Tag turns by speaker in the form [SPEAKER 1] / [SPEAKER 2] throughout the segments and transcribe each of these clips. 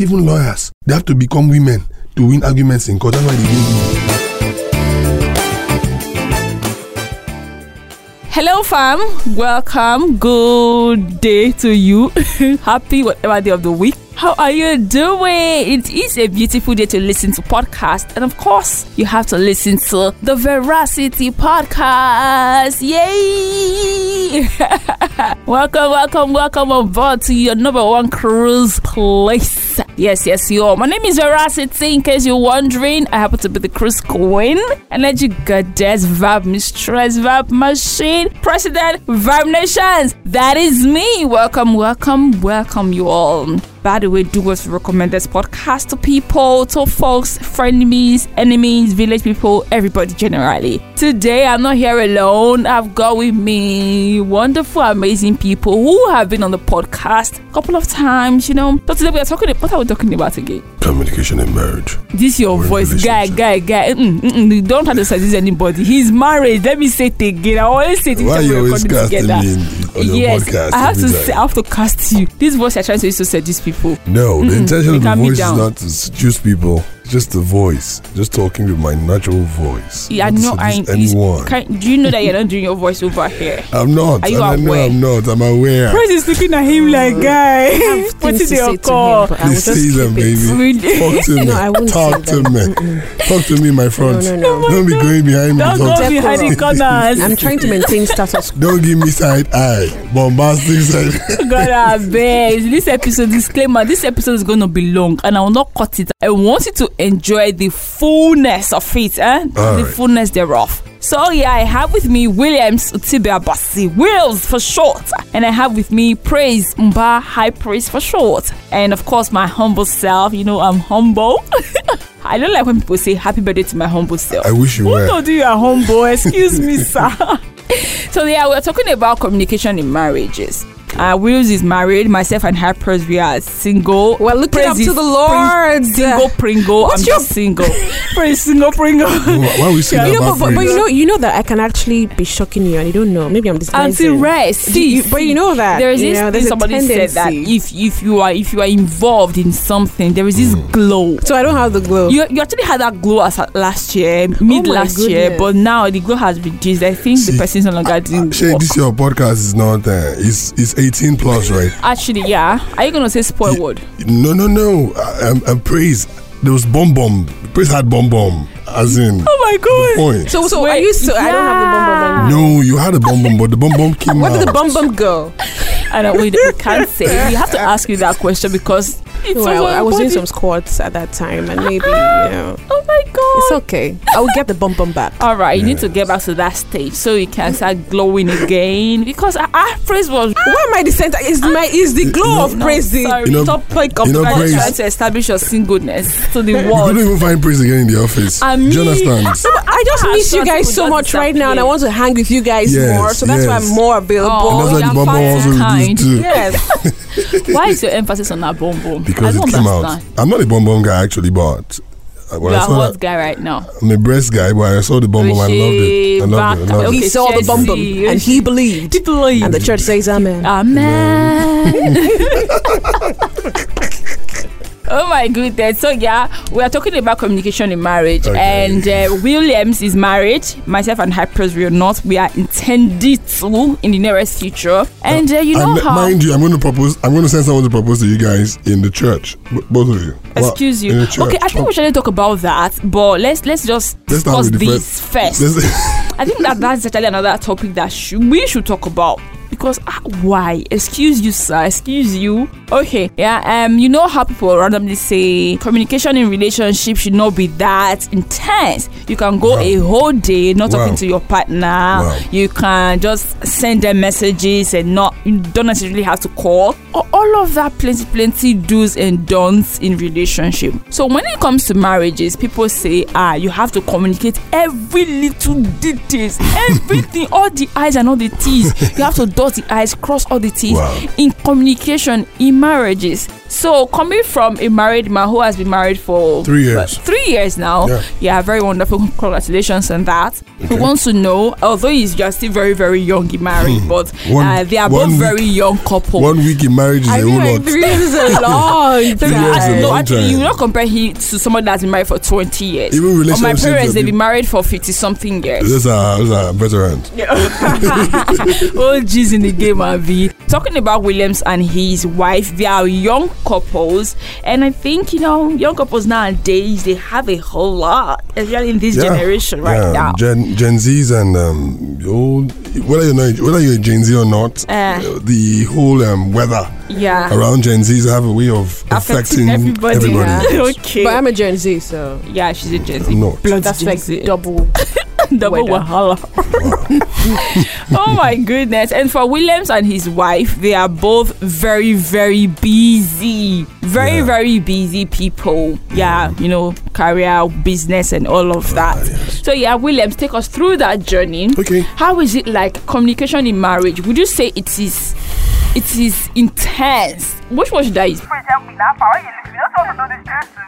[SPEAKER 1] Even lawyers, they have to become women to win arguments in court. That's why they win.
[SPEAKER 2] Hello, fam. Welcome. Good day to you. Happy whatever day of the week. How are you doing? It is a beautiful day to listen to podcast, and of course, you have to listen to the Veracity podcast. Yay! welcome, welcome, welcome on board to your number one cruise place. Yes, yes, you all. My name is Veracity. In case you're wondering, I happen to be the cruise queen, energy goddess, vibe mistress, vibe machine, president, vibe nations. That is me. Welcome, welcome, welcome, you all. By the way, do us recommend this podcast to people, to folks, frenemies, enemies, village people, everybody generally. Today, I'm not here alone. I've got with me wonderful, amazing people who have been on the podcast a couple of times, you know. So today, we are talking. What are we talking about again?
[SPEAKER 1] Communication in marriage.
[SPEAKER 2] This your
[SPEAKER 1] We're in
[SPEAKER 2] voice, guy,
[SPEAKER 1] relationship.
[SPEAKER 2] guy, guy. Mm-mm, mm-mm, you don't have to seduce anybody. He's married. Let me say it again. I always say it
[SPEAKER 1] Why are
[SPEAKER 2] each time
[SPEAKER 1] you
[SPEAKER 2] we
[SPEAKER 1] always
[SPEAKER 2] recording
[SPEAKER 1] casting
[SPEAKER 2] together.
[SPEAKER 1] me in, on your
[SPEAKER 2] yes,
[SPEAKER 1] podcast?
[SPEAKER 2] I have
[SPEAKER 1] It
[SPEAKER 2] to.
[SPEAKER 1] be
[SPEAKER 2] Say, uh,
[SPEAKER 1] like-
[SPEAKER 2] I have to cast you. This voice you're trying to use to seduce people.
[SPEAKER 1] No, the
[SPEAKER 2] Mm-mm,
[SPEAKER 1] intention
[SPEAKER 2] you
[SPEAKER 1] of the
[SPEAKER 2] mm, calm me
[SPEAKER 1] voice is
[SPEAKER 2] down.
[SPEAKER 1] not to seduce people. It's just the voice. Just talking with my natural voice.
[SPEAKER 2] Yeah, I
[SPEAKER 1] Not to
[SPEAKER 2] know. I
[SPEAKER 1] seduce
[SPEAKER 2] it's-
[SPEAKER 1] anyone.
[SPEAKER 2] Can, do you know that you're not doing your voice over here?
[SPEAKER 1] I'm not.
[SPEAKER 2] Are you
[SPEAKER 1] and I know
[SPEAKER 2] aware?
[SPEAKER 1] I'm not. I'm aware.
[SPEAKER 2] Praise is looking at him like, guy, what
[SPEAKER 3] things
[SPEAKER 2] is
[SPEAKER 3] to say
[SPEAKER 2] your
[SPEAKER 3] to
[SPEAKER 2] call?
[SPEAKER 3] him, but I will
[SPEAKER 1] Please
[SPEAKER 3] just
[SPEAKER 1] see
[SPEAKER 3] keep
[SPEAKER 1] them,
[SPEAKER 3] it.
[SPEAKER 1] baby.
[SPEAKER 2] Really?
[SPEAKER 1] Talk to me.
[SPEAKER 3] No, I won't
[SPEAKER 1] Talk
[SPEAKER 3] say
[SPEAKER 1] to
[SPEAKER 3] that.
[SPEAKER 1] me.
[SPEAKER 3] Mm-mm.
[SPEAKER 1] Talk to me, my
[SPEAKER 3] No,
[SPEAKER 1] front.
[SPEAKER 3] no, no.
[SPEAKER 1] Don't be going behind me. Talk
[SPEAKER 2] Don't go
[SPEAKER 1] to-
[SPEAKER 2] behind the corners.
[SPEAKER 3] I'm trying to maintain status quo.
[SPEAKER 1] Don't give me side eye. Bombastic side.
[SPEAKER 2] God, I beg. This episode, disclaimer, this episode is going to be long and I will not cut it. I want you to enjoy the fullness of it, eh?
[SPEAKER 1] All
[SPEAKER 2] the
[SPEAKER 1] right.
[SPEAKER 2] fullness thereof. So, yeah, I have with me Williams Utibia Basi, Wills for short. And I have with me Praise Mba, High Praise for short. And of course, my humble self. You know, I'm humble. I don't like when people say happy birthday to my humble self.
[SPEAKER 1] I wish you
[SPEAKER 2] Who
[SPEAKER 1] were.
[SPEAKER 2] told you you are humble? Excuse me, sir. so yeah, we're talking about communication in marriages. Uh, Wills is married. Myself and her Press, we are single.
[SPEAKER 3] We're looking up
[SPEAKER 2] is
[SPEAKER 3] to the
[SPEAKER 2] pring-
[SPEAKER 3] Lord.
[SPEAKER 2] Single Pringle.
[SPEAKER 3] What's
[SPEAKER 2] I'm
[SPEAKER 3] your-
[SPEAKER 2] just single. Praise single Pringle.
[SPEAKER 1] Why why we say
[SPEAKER 2] Yeah,
[SPEAKER 1] that
[SPEAKER 3] You know,
[SPEAKER 1] about
[SPEAKER 3] but, but, but you
[SPEAKER 1] Prince?
[SPEAKER 3] know, you know that I can actually be shocking you, and you don't know. Maybe I'm disguising.
[SPEAKER 2] Auntie Ray, see,
[SPEAKER 3] you- but you know that,
[SPEAKER 2] there is
[SPEAKER 3] you
[SPEAKER 2] this.
[SPEAKER 3] know,
[SPEAKER 2] thing
[SPEAKER 3] there's a
[SPEAKER 2] somebody said that
[SPEAKER 3] tendency.
[SPEAKER 2] if if you are if you are involved in something, there is this glow.
[SPEAKER 3] Mm. So I don't have the glow.
[SPEAKER 2] You, you actually had that glow as at last year, mid
[SPEAKER 3] Oh my
[SPEAKER 2] last year,
[SPEAKER 3] goodness. ah,
[SPEAKER 2] but now the glow has reduced. I think the
[SPEAKER 1] See,
[SPEAKER 2] person's no longer doing.
[SPEAKER 1] Shay,
[SPEAKER 2] work.
[SPEAKER 1] this your podcast is not. Uh, it's it's 18 plus, right?
[SPEAKER 2] Actually, yeah. Are you gonna say spoil
[SPEAKER 1] Yeah.
[SPEAKER 2] word?
[SPEAKER 1] No, no, no. I, I'm, I'm praise. There was bomb bomb. Praise had bomb bomb. As in
[SPEAKER 2] Oh
[SPEAKER 1] point.
[SPEAKER 3] so so
[SPEAKER 2] Wait,
[SPEAKER 3] are you? So I don't have the bum bum.
[SPEAKER 2] yeah.
[SPEAKER 3] anymore.
[SPEAKER 1] No, you had a bomb bomb, but the bomb bomb came
[SPEAKER 3] Where did the
[SPEAKER 1] out.
[SPEAKER 3] bum bum go?
[SPEAKER 2] I know we, we can't say. We have to ask you that question because it's
[SPEAKER 3] Well,
[SPEAKER 2] over
[SPEAKER 3] I was doing
[SPEAKER 2] body.
[SPEAKER 3] some squats at that time, and maybe you know,
[SPEAKER 2] Oh my god.
[SPEAKER 3] it's okay. I will get the bum bum back.
[SPEAKER 2] all right, you need to get back to that stage so you can start glowing again because our, our praise was
[SPEAKER 3] Oh, Why am I the center? Is my is the glow of
[SPEAKER 2] No,
[SPEAKER 3] praise the
[SPEAKER 2] sorry,
[SPEAKER 1] You know-
[SPEAKER 2] top point of
[SPEAKER 1] you know,
[SPEAKER 2] I was
[SPEAKER 1] praise-
[SPEAKER 2] trying to establish your singleness to the
[SPEAKER 1] You
[SPEAKER 2] world.
[SPEAKER 1] couldn't even find praise again in the office.
[SPEAKER 2] I
[SPEAKER 1] Do you
[SPEAKER 2] mean-
[SPEAKER 1] understand?
[SPEAKER 3] I just
[SPEAKER 2] Ah,
[SPEAKER 3] miss
[SPEAKER 2] some
[SPEAKER 3] you guys
[SPEAKER 2] people
[SPEAKER 3] so
[SPEAKER 2] just
[SPEAKER 3] much right now, and I
[SPEAKER 2] disappear.
[SPEAKER 3] want to hang with you guys
[SPEAKER 1] Yes,
[SPEAKER 3] more. So that's why
[SPEAKER 1] yes.
[SPEAKER 3] I'm more available.
[SPEAKER 2] Oh,
[SPEAKER 1] and that's
[SPEAKER 2] we
[SPEAKER 1] why
[SPEAKER 2] are
[SPEAKER 1] the bomb bomb
[SPEAKER 2] fighting
[SPEAKER 1] also
[SPEAKER 2] kind.
[SPEAKER 1] reduced too.
[SPEAKER 3] Yes,
[SPEAKER 2] Why is your emphasis on that bomb bomb?
[SPEAKER 1] Because
[SPEAKER 2] I
[SPEAKER 1] it
[SPEAKER 2] don't
[SPEAKER 1] came out.
[SPEAKER 2] understand.
[SPEAKER 1] I'm not a bomb bomb guy actually, but uh, when
[SPEAKER 2] You
[SPEAKER 1] I
[SPEAKER 2] are a
[SPEAKER 1] saw
[SPEAKER 2] hot
[SPEAKER 1] that,
[SPEAKER 2] guy right now.
[SPEAKER 1] I'm a breast guy, but I saw the bomb bomb. I loved it. I loved it. I loved
[SPEAKER 2] Okay,
[SPEAKER 3] he
[SPEAKER 1] it.
[SPEAKER 3] saw the bum bum,
[SPEAKER 2] Chelsea.
[SPEAKER 3] and he believed. And the church says, "Amen."
[SPEAKER 2] Amen. Oh my goodness. So, yeah, we are talking about communication in marriage.
[SPEAKER 1] Okay.
[SPEAKER 2] And uh, Williams is married. Myself and Hypers, we are not. We are intended to in the nearest future. And uh, you know
[SPEAKER 1] And
[SPEAKER 2] how.
[SPEAKER 1] mind you, I'm going to propose. I'm going to send someone to propose to you guys in the church, B- both of you. Well,
[SPEAKER 2] Excuse
[SPEAKER 1] in
[SPEAKER 2] you.
[SPEAKER 1] the church. Oh,
[SPEAKER 2] Okay, I think we shouldn't talk about that, but let's let's just
[SPEAKER 1] Let's start
[SPEAKER 2] discuss
[SPEAKER 1] with the
[SPEAKER 2] this first.
[SPEAKER 1] Let's-
[SPEAKER 2] I think that that's actually another topic that should, we should talk about because ah, why? Excuse you, sir. Excuse you. Okay, yeah. Um, you know how people randomly say communication in relationship should not be that intense. You can go
[SPEAKER 1] Wow.
[SPEAKER 2] a whole day not
[SPEAKER 1] Wow.
[SPEAKER 2] talking to your partner.
[SPEAKER 1] Wow.
[SPEAKER 2] You can just send them messages and not you don't necessarily have to call. A- All of that plenty plenty do's and don'ts in relationship. So when it comes to marriages, people say ah you have to communicate every little details, everything, all the I's and all the T's. You have to dot the I's, cross all the T's
[SPEAKER 1] Wow.
[SPEAKER 2] in communication in marriages. So coming from a married man who has been married for
[SPEAKER 1] Three years.
[SPEAKER 2] three years now,
[SPEAKER 1] Yeah.
[SPEAKER 2] yeah, very wonderful. Congratulations on that. We want to know, although he's you're still very very young in marriage, but
[SPEAKER 1] Hmm. One-
[SPEAKER 2] uh, they are
[SPEAKER 1] one
[SPEAKER 2] both
[SPEAKER 1] week-
[SPEAKER 2] very young couple.
[SPEAKER 1] One week in marriage is
[SPEAKER 2] I
[SPEAKER 1] a
[SPEAKER 2] mean,
[SPEAKER 1] whole
[SPEAKER 2] like,
[SPEAKER 1] lot.
[SPEAKER 2] three years is a long
[SPEAKER 1] Three years is a
[SPEAKER 2] time. No,
[SPEAKER 1] long
[SPEAKER 2] uh, actually,
[SPEAKER 1] time.
[SPEAKER 2] you will not compare him to someone that's been married for 20 years.
[SPEAKER 1] Even
[SPEAKER 2] Or my
[SPEAKER 1] relationships
[SPEAKER 2] parents,
[SPEAKER 1] are
[SPEAKER 2] they've
[SPEAKER 1] big.
[SPEAKER 2] been married for 50 something years.
[SPEAKER 1] Those are, those are veterans.
[SPEAKER 2] oh jeez in the game Avi. Talking about Williams and his wife, they are young couples, and I think you know young couples nowadays they have a whole lot, especially in this
[SPEAKER 1] Yeah.
[SPEAKER 2] generation right
[SPEAKER 1] yeah.
[SPEAKER 2] now.
[SPEAKER 1] Gen, Gen Zs and um, old, whether you're not, whether you're a Gen Z or not,
[SPEAKER 2] Eh.
[SPEAKER 1] the whole um, weather
[SPEAKER 2] yeah,
[SPEAKER 1] around Gen Zs have a way of affecting, everybody.
[SPEAKER 2] Yeah. okay.
[SPEAKER 3] But I'm a Gen Z, so
[SPEAKER 2] yeah, she's a Gen Z.
[SPEAKER 1] I'm not.
[SPEAKER 2] Bloody
[SPEAKER 3] that's
[SPEAKER 2] Gen
[SPEAKER 3] like
[SPEAKER 2] Z.
[SPEAKER 3] double.
[SPEAKER 2] double
[SPEAKER 3] Weather.
[SPEAKER 2] wahala. oh my goodness. And for Williams and his wife, they are both very, very busy. Very,
[SPEAKER 1] Yeah.
[SPEAKER 2] very busy people. Yeah, you know, career, business, and all of that.
[SPEAKER 1] yes.
[SPEAKER 2] So, yeah, Williams, take us through that journey.
[SPEAKER 1] Okay.
[SPEAKER 2] How is it like communication in marriage? Would you say it is? It is intense. Which one should I use?
[SPEAKER 4] Please help me now. Why are you listening? That's all I know this truth to.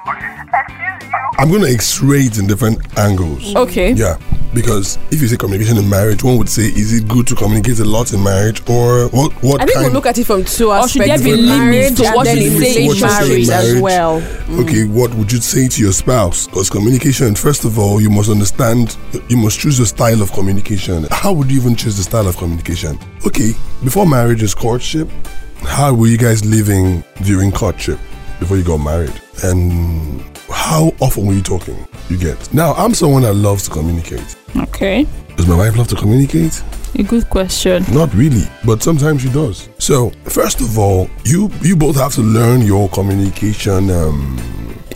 [SPEAKER 4] Excuse you.
[SPEAKER 1] I'm going to X-ray it in different angles.
[SPEAKER 2] Okay.
[SPEAKER 1] Yeah, because if you say communication in marriage, one would say, is it good to communicate a lot in marriage, or what? What
[SPEAKER 3] I think
[SPEAKER 1] kind?
[SPEAKER 3] we'll look at it from two
[SPEAKER 2] Or
[SPEAKER 3] aspects:
[SPEAKER 2] should there be
[SPEAKER 3] in
[SPEAKER 2] limits
[SPEAKER 3] marriage
[SPEAKER 2] to
[SPEAKER 3] and
[SPEAKER 2] what
[SPEAKER 3] then
[SPEAKER 2] you
[SPEAKER 3] in
[SPEAKER 2] say in
[SPEAKER 1] marriage?
[SPEAKER 3] relationships as well.
[SPEAKER 1] Mm. Okay, what would you say to your spouse? Because communication, first of all, you must understand, you must choose the style of communication. How would you even choose the style of communication? Okay, before marriage is courtship. How were you guys living during courtship before you got married? And how often were you talking? You get. Now, I'm someone that loves to communicate.
[SPEAKER 2] Okay.
[SPEAKER 1] Does my wife love to communicate?
[SPEAKER 2] A good question.
[SPEAKER 1] Not really, but sometimes she does. So, first of all, you you both have to learn your communication um,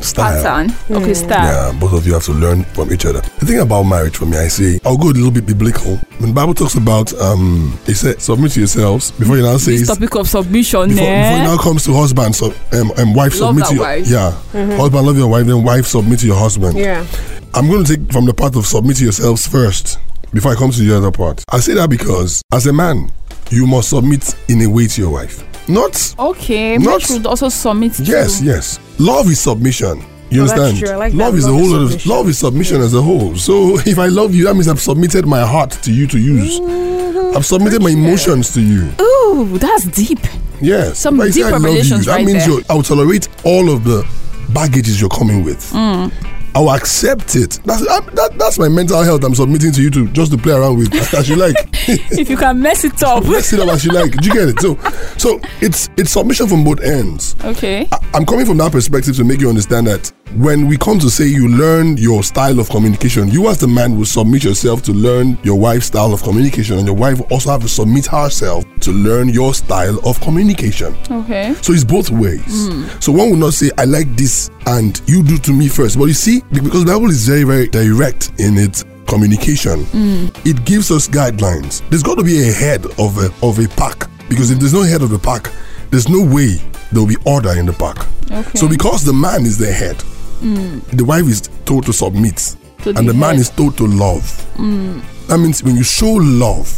[SPEAKER 1] style.
[SPEAKER 2] Pattern. Okay, start.
[SPEAKER 1] Yeah, both of you have to learn from each other. The thing about marriage for me, I say, I'll go a little bit biblical. When the Bible talks about, um, it said, submit to yourselves before you now say,
[SPEAKER 2] This topic of submission.
[SPEAKER 1] before,
[SPEAKER 2] eh?
[SPEAKER 1] before it now comes to husband, so, um, um, wife,
[SPEAKER 2] Love
[SPEAKER 1] submit
[SPEAKER 2] thy
[SPEAKER 1] to your,
[SPEAKER 2] wife. Mm-hmm.
[SPEAKER 1] yeah, husband love your wife, then wife submit to your husband.
[SPEAKER 3] Yeah.
[SPEAKER 1] I'm going to take from the part of submit to yourselves first before I come to the other part. I say that because as a man, you must submit in a way to your wife. Not
[SPEAKER 2] Okay,
[SPEAKER 1] Not-
[SPEAKER 2] we should also submit.
[SPEAKER 1] yes,
[SPEAKER 2] to-
[SPEAKER 1] yes. Love is submission. You
[SPEAKER 3] Well, Oh, that's
[SPEAKER 1] understand?
[SPEAKER 3] true. I like
[SPEAKER 1] love
[SPEAKER 3] that.
[SPEAKER 1] is a
[SPEAKER 3] Love
[SPEAKER 1] whole
[SPEAKER 3] is
[SPEAKER 1] lot of
[SPEAKER 3] submission.
[SPEAKER 1] love is submission as a whole. So if I love you, that means I've submitted my heart to you to use.
[SPEAKER 3] Mm-hmm.
[SPEAKER 1] I've submitted my emotions to you.
[SPEAKER 2] Ooh, that's deep.
[SPEAKER 1] Yes.
[SPEAKER 2] Some
[SPEAKER 1] If I say
[SPEAKER 2] deep
[SPEAKER 1] I love you,
[SPEAKER 2] revelations
[SPEAKER 1] that
[SPEAKER 2] right
[SPEAKER 1] means
[SPEAKER 2] there.
[SPEAKER 1] you're, I'll tolerate all of the baggages you're coming with.
[SPEAKER 2] Mm.
[SPEAKER 1] I'll accept it. That's I, that, that's my mental health. I'm submitting to you to just to play around with as you like.
[SPEAKER 2] if you can mess it up.
[SPEAKER 1] Let's sit up as you like. Do you get it? So, so it's it's submission from both ends.
[SPEAKER 2] okay.
[SPEAKER 1] I- I'm coming from that perspective to make you understand that when we come to say you learn your style of communication, you as the man will submit yourself to learn your wife's style of communication, and your wife will also have to submit herself to learn your style of communication.
[SPEAKER 2] Okay.
[SPEAKER 1] So it's both ways.
[SPEAKER 2] Hmm.
[SPEAKER 1] So one will not say, I like this and you do to me first. But you see, because the Bible is very, very direct in its communication,
[SPEAKER 2] Hmm.
[SPEAKER 1] it gives us guidelines. There's got to be a head of a, of a pack because if there's no head of the pack, there's no way there'll be order in the pack.
[SPEAKER 2] Okay. Hmm.
[SPEAKER 1] So because the man is the head, the wife is told to submit
[SPEAKER 2] To
[SPEAKER 1] and the
[SPEAKER 2] the
[SPEAKER 1] man
[SPEAKER 2] head. Hmm.
[SPEAKER 1] is told to love. That means when you show love,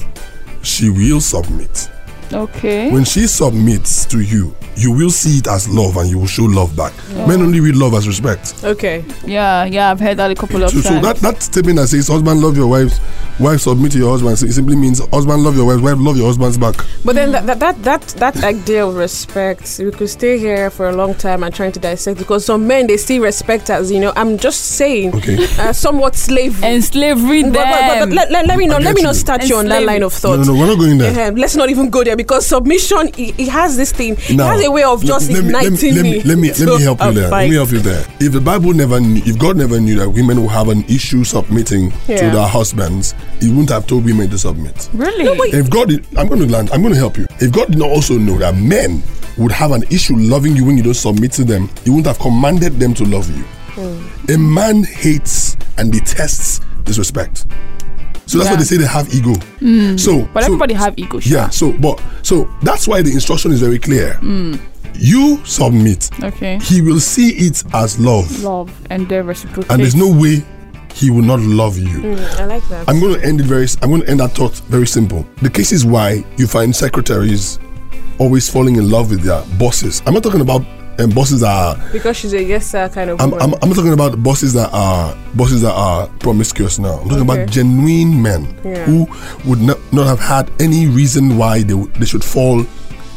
[SPEAKER 1] she will submit.
[SPEAKER 2] Okay.
[SPEAKER 1] When she submits to you, you will see it as love and you will show love back. Men only read love as respect.
[SPEAKER 3] Okay.
[SPEAKER 2] yeah, yeah, I've heard that a couple of
[SPEAKER 1] So, so
[SPEAKER 2] times.
[SPEAKER 1] that, that statement that says husband love your wife, wife submit to your husband, it simply means husband love your wife, wife love your husband's back.
[SPEAKER 3] But then that that that that, that idea of respect, we could stay here for a long time and trying to dissect because some men they see respect as you know. I'm just saying,
[SPEAKER 1] Okay.
[SPEAKER 3] uh, somewhat slave.
[SPEAKER 2] and slavery
[SPEAKER 3] but,
[SPEAKER 2] them.
[SPEAKER 3] but, but let, let, let me
[SPEAKER 1] I
[SPEAKER 3] not let
[SPEAKER 1] get
[SPEAKER 3] me
[SPEAKER 1] you.
[SPEAKER 3] not start
[SPEAKER 2] And
[SPEAKER 3] you on that
[SPEAKER 2] slave-
[SPEAKER 3] line of
[SPEAKER 1] No,
[SPEAKER 3] thought.
[SPEAKER 1] no, no, we're not going there.
[SPEAKER 3] Ehem, let's not even go there because submission it, it has this thing.
[SPEAKER 1] Now,
[SPEAKER 3] it has a way of
[SPEAKER 1] le-
[SPEAKER 3] just
[SPEAKER 1] let me, let me,
[SPEAKER 3] igniting
[SPEAKER 1] let me,
[SPEAKER 3] me.
[SPEAKER 1] Let me, let me
[SPEAKER 3] to
[SPEAKER 1] help you
[SPEAKER 3] a
[SPEAKER 1] there. Let
[SPEAKER 3] fight.
[SPEAKER 1] me help you there. If the Bible never, knew, if God never knew that women will have an issue submitting to
[SPEAKER 3] Yeah.
[SPEAKER 1] their husbands, He wouldn't have told women to submit.
[SPEAKER 2] really?
[SPEAKER 1] If God, did- I'm going to land. I'm going to help you. If God did not also know that men would have an issue loving you when you don't submit to them, He wouldn't have commanded them to love you.
[SPEAKER 2] Hmm.
[SPEAKER 1] A man hates and detests disrespect. So that's why
[SPEAKER 2] Yeah. Hmm.
[SPEAKER 1] they say they have ego. So,
[SPEAKER 2] but
[SPEAKER 1] so-
[SPEAKER 2] everybody have ego. sha.
[SPEAKER 1] yeah. So, but so that's why the instruction is very clear.
[SPEAKER 2] Hmm.
[SPEAKER 1] You submit.
[SPEAKER 2] Okay.
[SPEAKER 1] He will see it as love,
[SPEAKER 2] Love and their reciprocity.
[SPEAKER 1] and there's no way he will not love you.
[SPEAKER 3] Mm, I like that.
[SPEAKER 1] I'm going to end it very. I'm going to end that thought very simple. The cases why you find secretaries always falling in love with their bosses. I'm not talking about and bosses are
[SPEAKER 3] because she's a yes sir kind of
[SPEAKER 1] I'm,
[SPEAKER 3] woman.
[SPEAKER 1] I'm, I'm not talking about bosses that are bosses that are promiscuous now. I'm talking about
[SPEAKER 3] Okay.
[SPEAKER 1] genuine men
[SPEAKER 3] Yeah.
[SPEAKER 1] who would not, not have had any reason why they, would- they should fall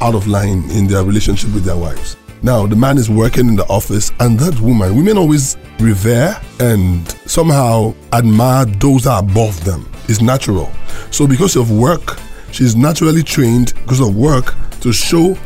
[SPEAKER 1] out of line in their relationship with their wives. Now the man is working in the office, and that woman, women always revere and somehow admire those that are above them. It's natural. So because of work, she's naturally trained because of work to show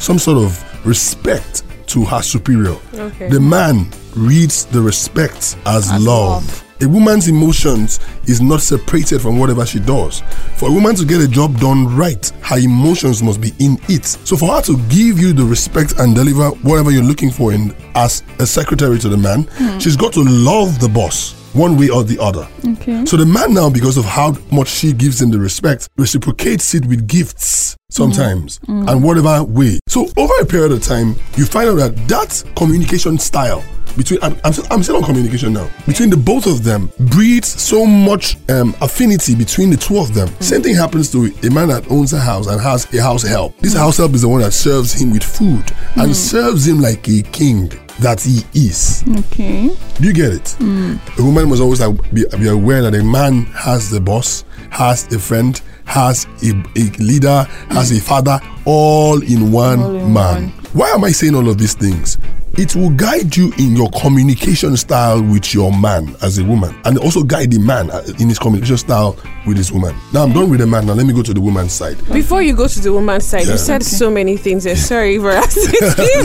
[SPEAKER 1] some sort of respect to her superior.
[SPEAKER 3] Okay.
[SPEAKER 1] The man reads the respect as, love.
[SPEAKER 2] love.
[SPEAKER 1] A woman's emotions is not separated from whatever she does. For a woman to get a job done right, her emotions must be in it. So for her to give you the respect and deliver whatever you're looking for in as a secretary to the man,
[SPEAKER 2] Hmm.
[SPEAKER 1] she's got to love the boss one way or the other.
[SPEAKER 2] Okay.
[SPEAKER 1] So the man now, because of how much she gives him the respect, reciprocates it with gifts sometimes
[SPEAKER 2] Mm.
[SPEAKER 1] and whatever way. So over a period of time, you find out that that communication style between I'm, I'm, still, I'm still on communication now between the both of them breeds so much um, affinity between the two of them same thing happens to a man that owns a house and has a house help this house help is the one that serves him with food and serves him like a king that he is
[SPEAKER 2] Okay.
[SPEAKER 1] do you get it?
[SPEAKER 3] Hmm.
[SPEAKER 1] A woman must always like, be, be aware that a man has the boss, has a friend, has a, a leader, has a father, all in one
[SPEAKER 2] in
[SPEAKER 1] man. Why am I saying all of these things? It will guide you in your communication style with your man as a woman, and also guide the man uh, in his communication style with his woman. Now I'm done with the man. Now let me go to the woman's side.
[SPEAKER 3] Before you go to the woman's side,
[SPEAKER 1] Yeah.
[SPEAKER 3] you said so many things. There. Sorry for asking.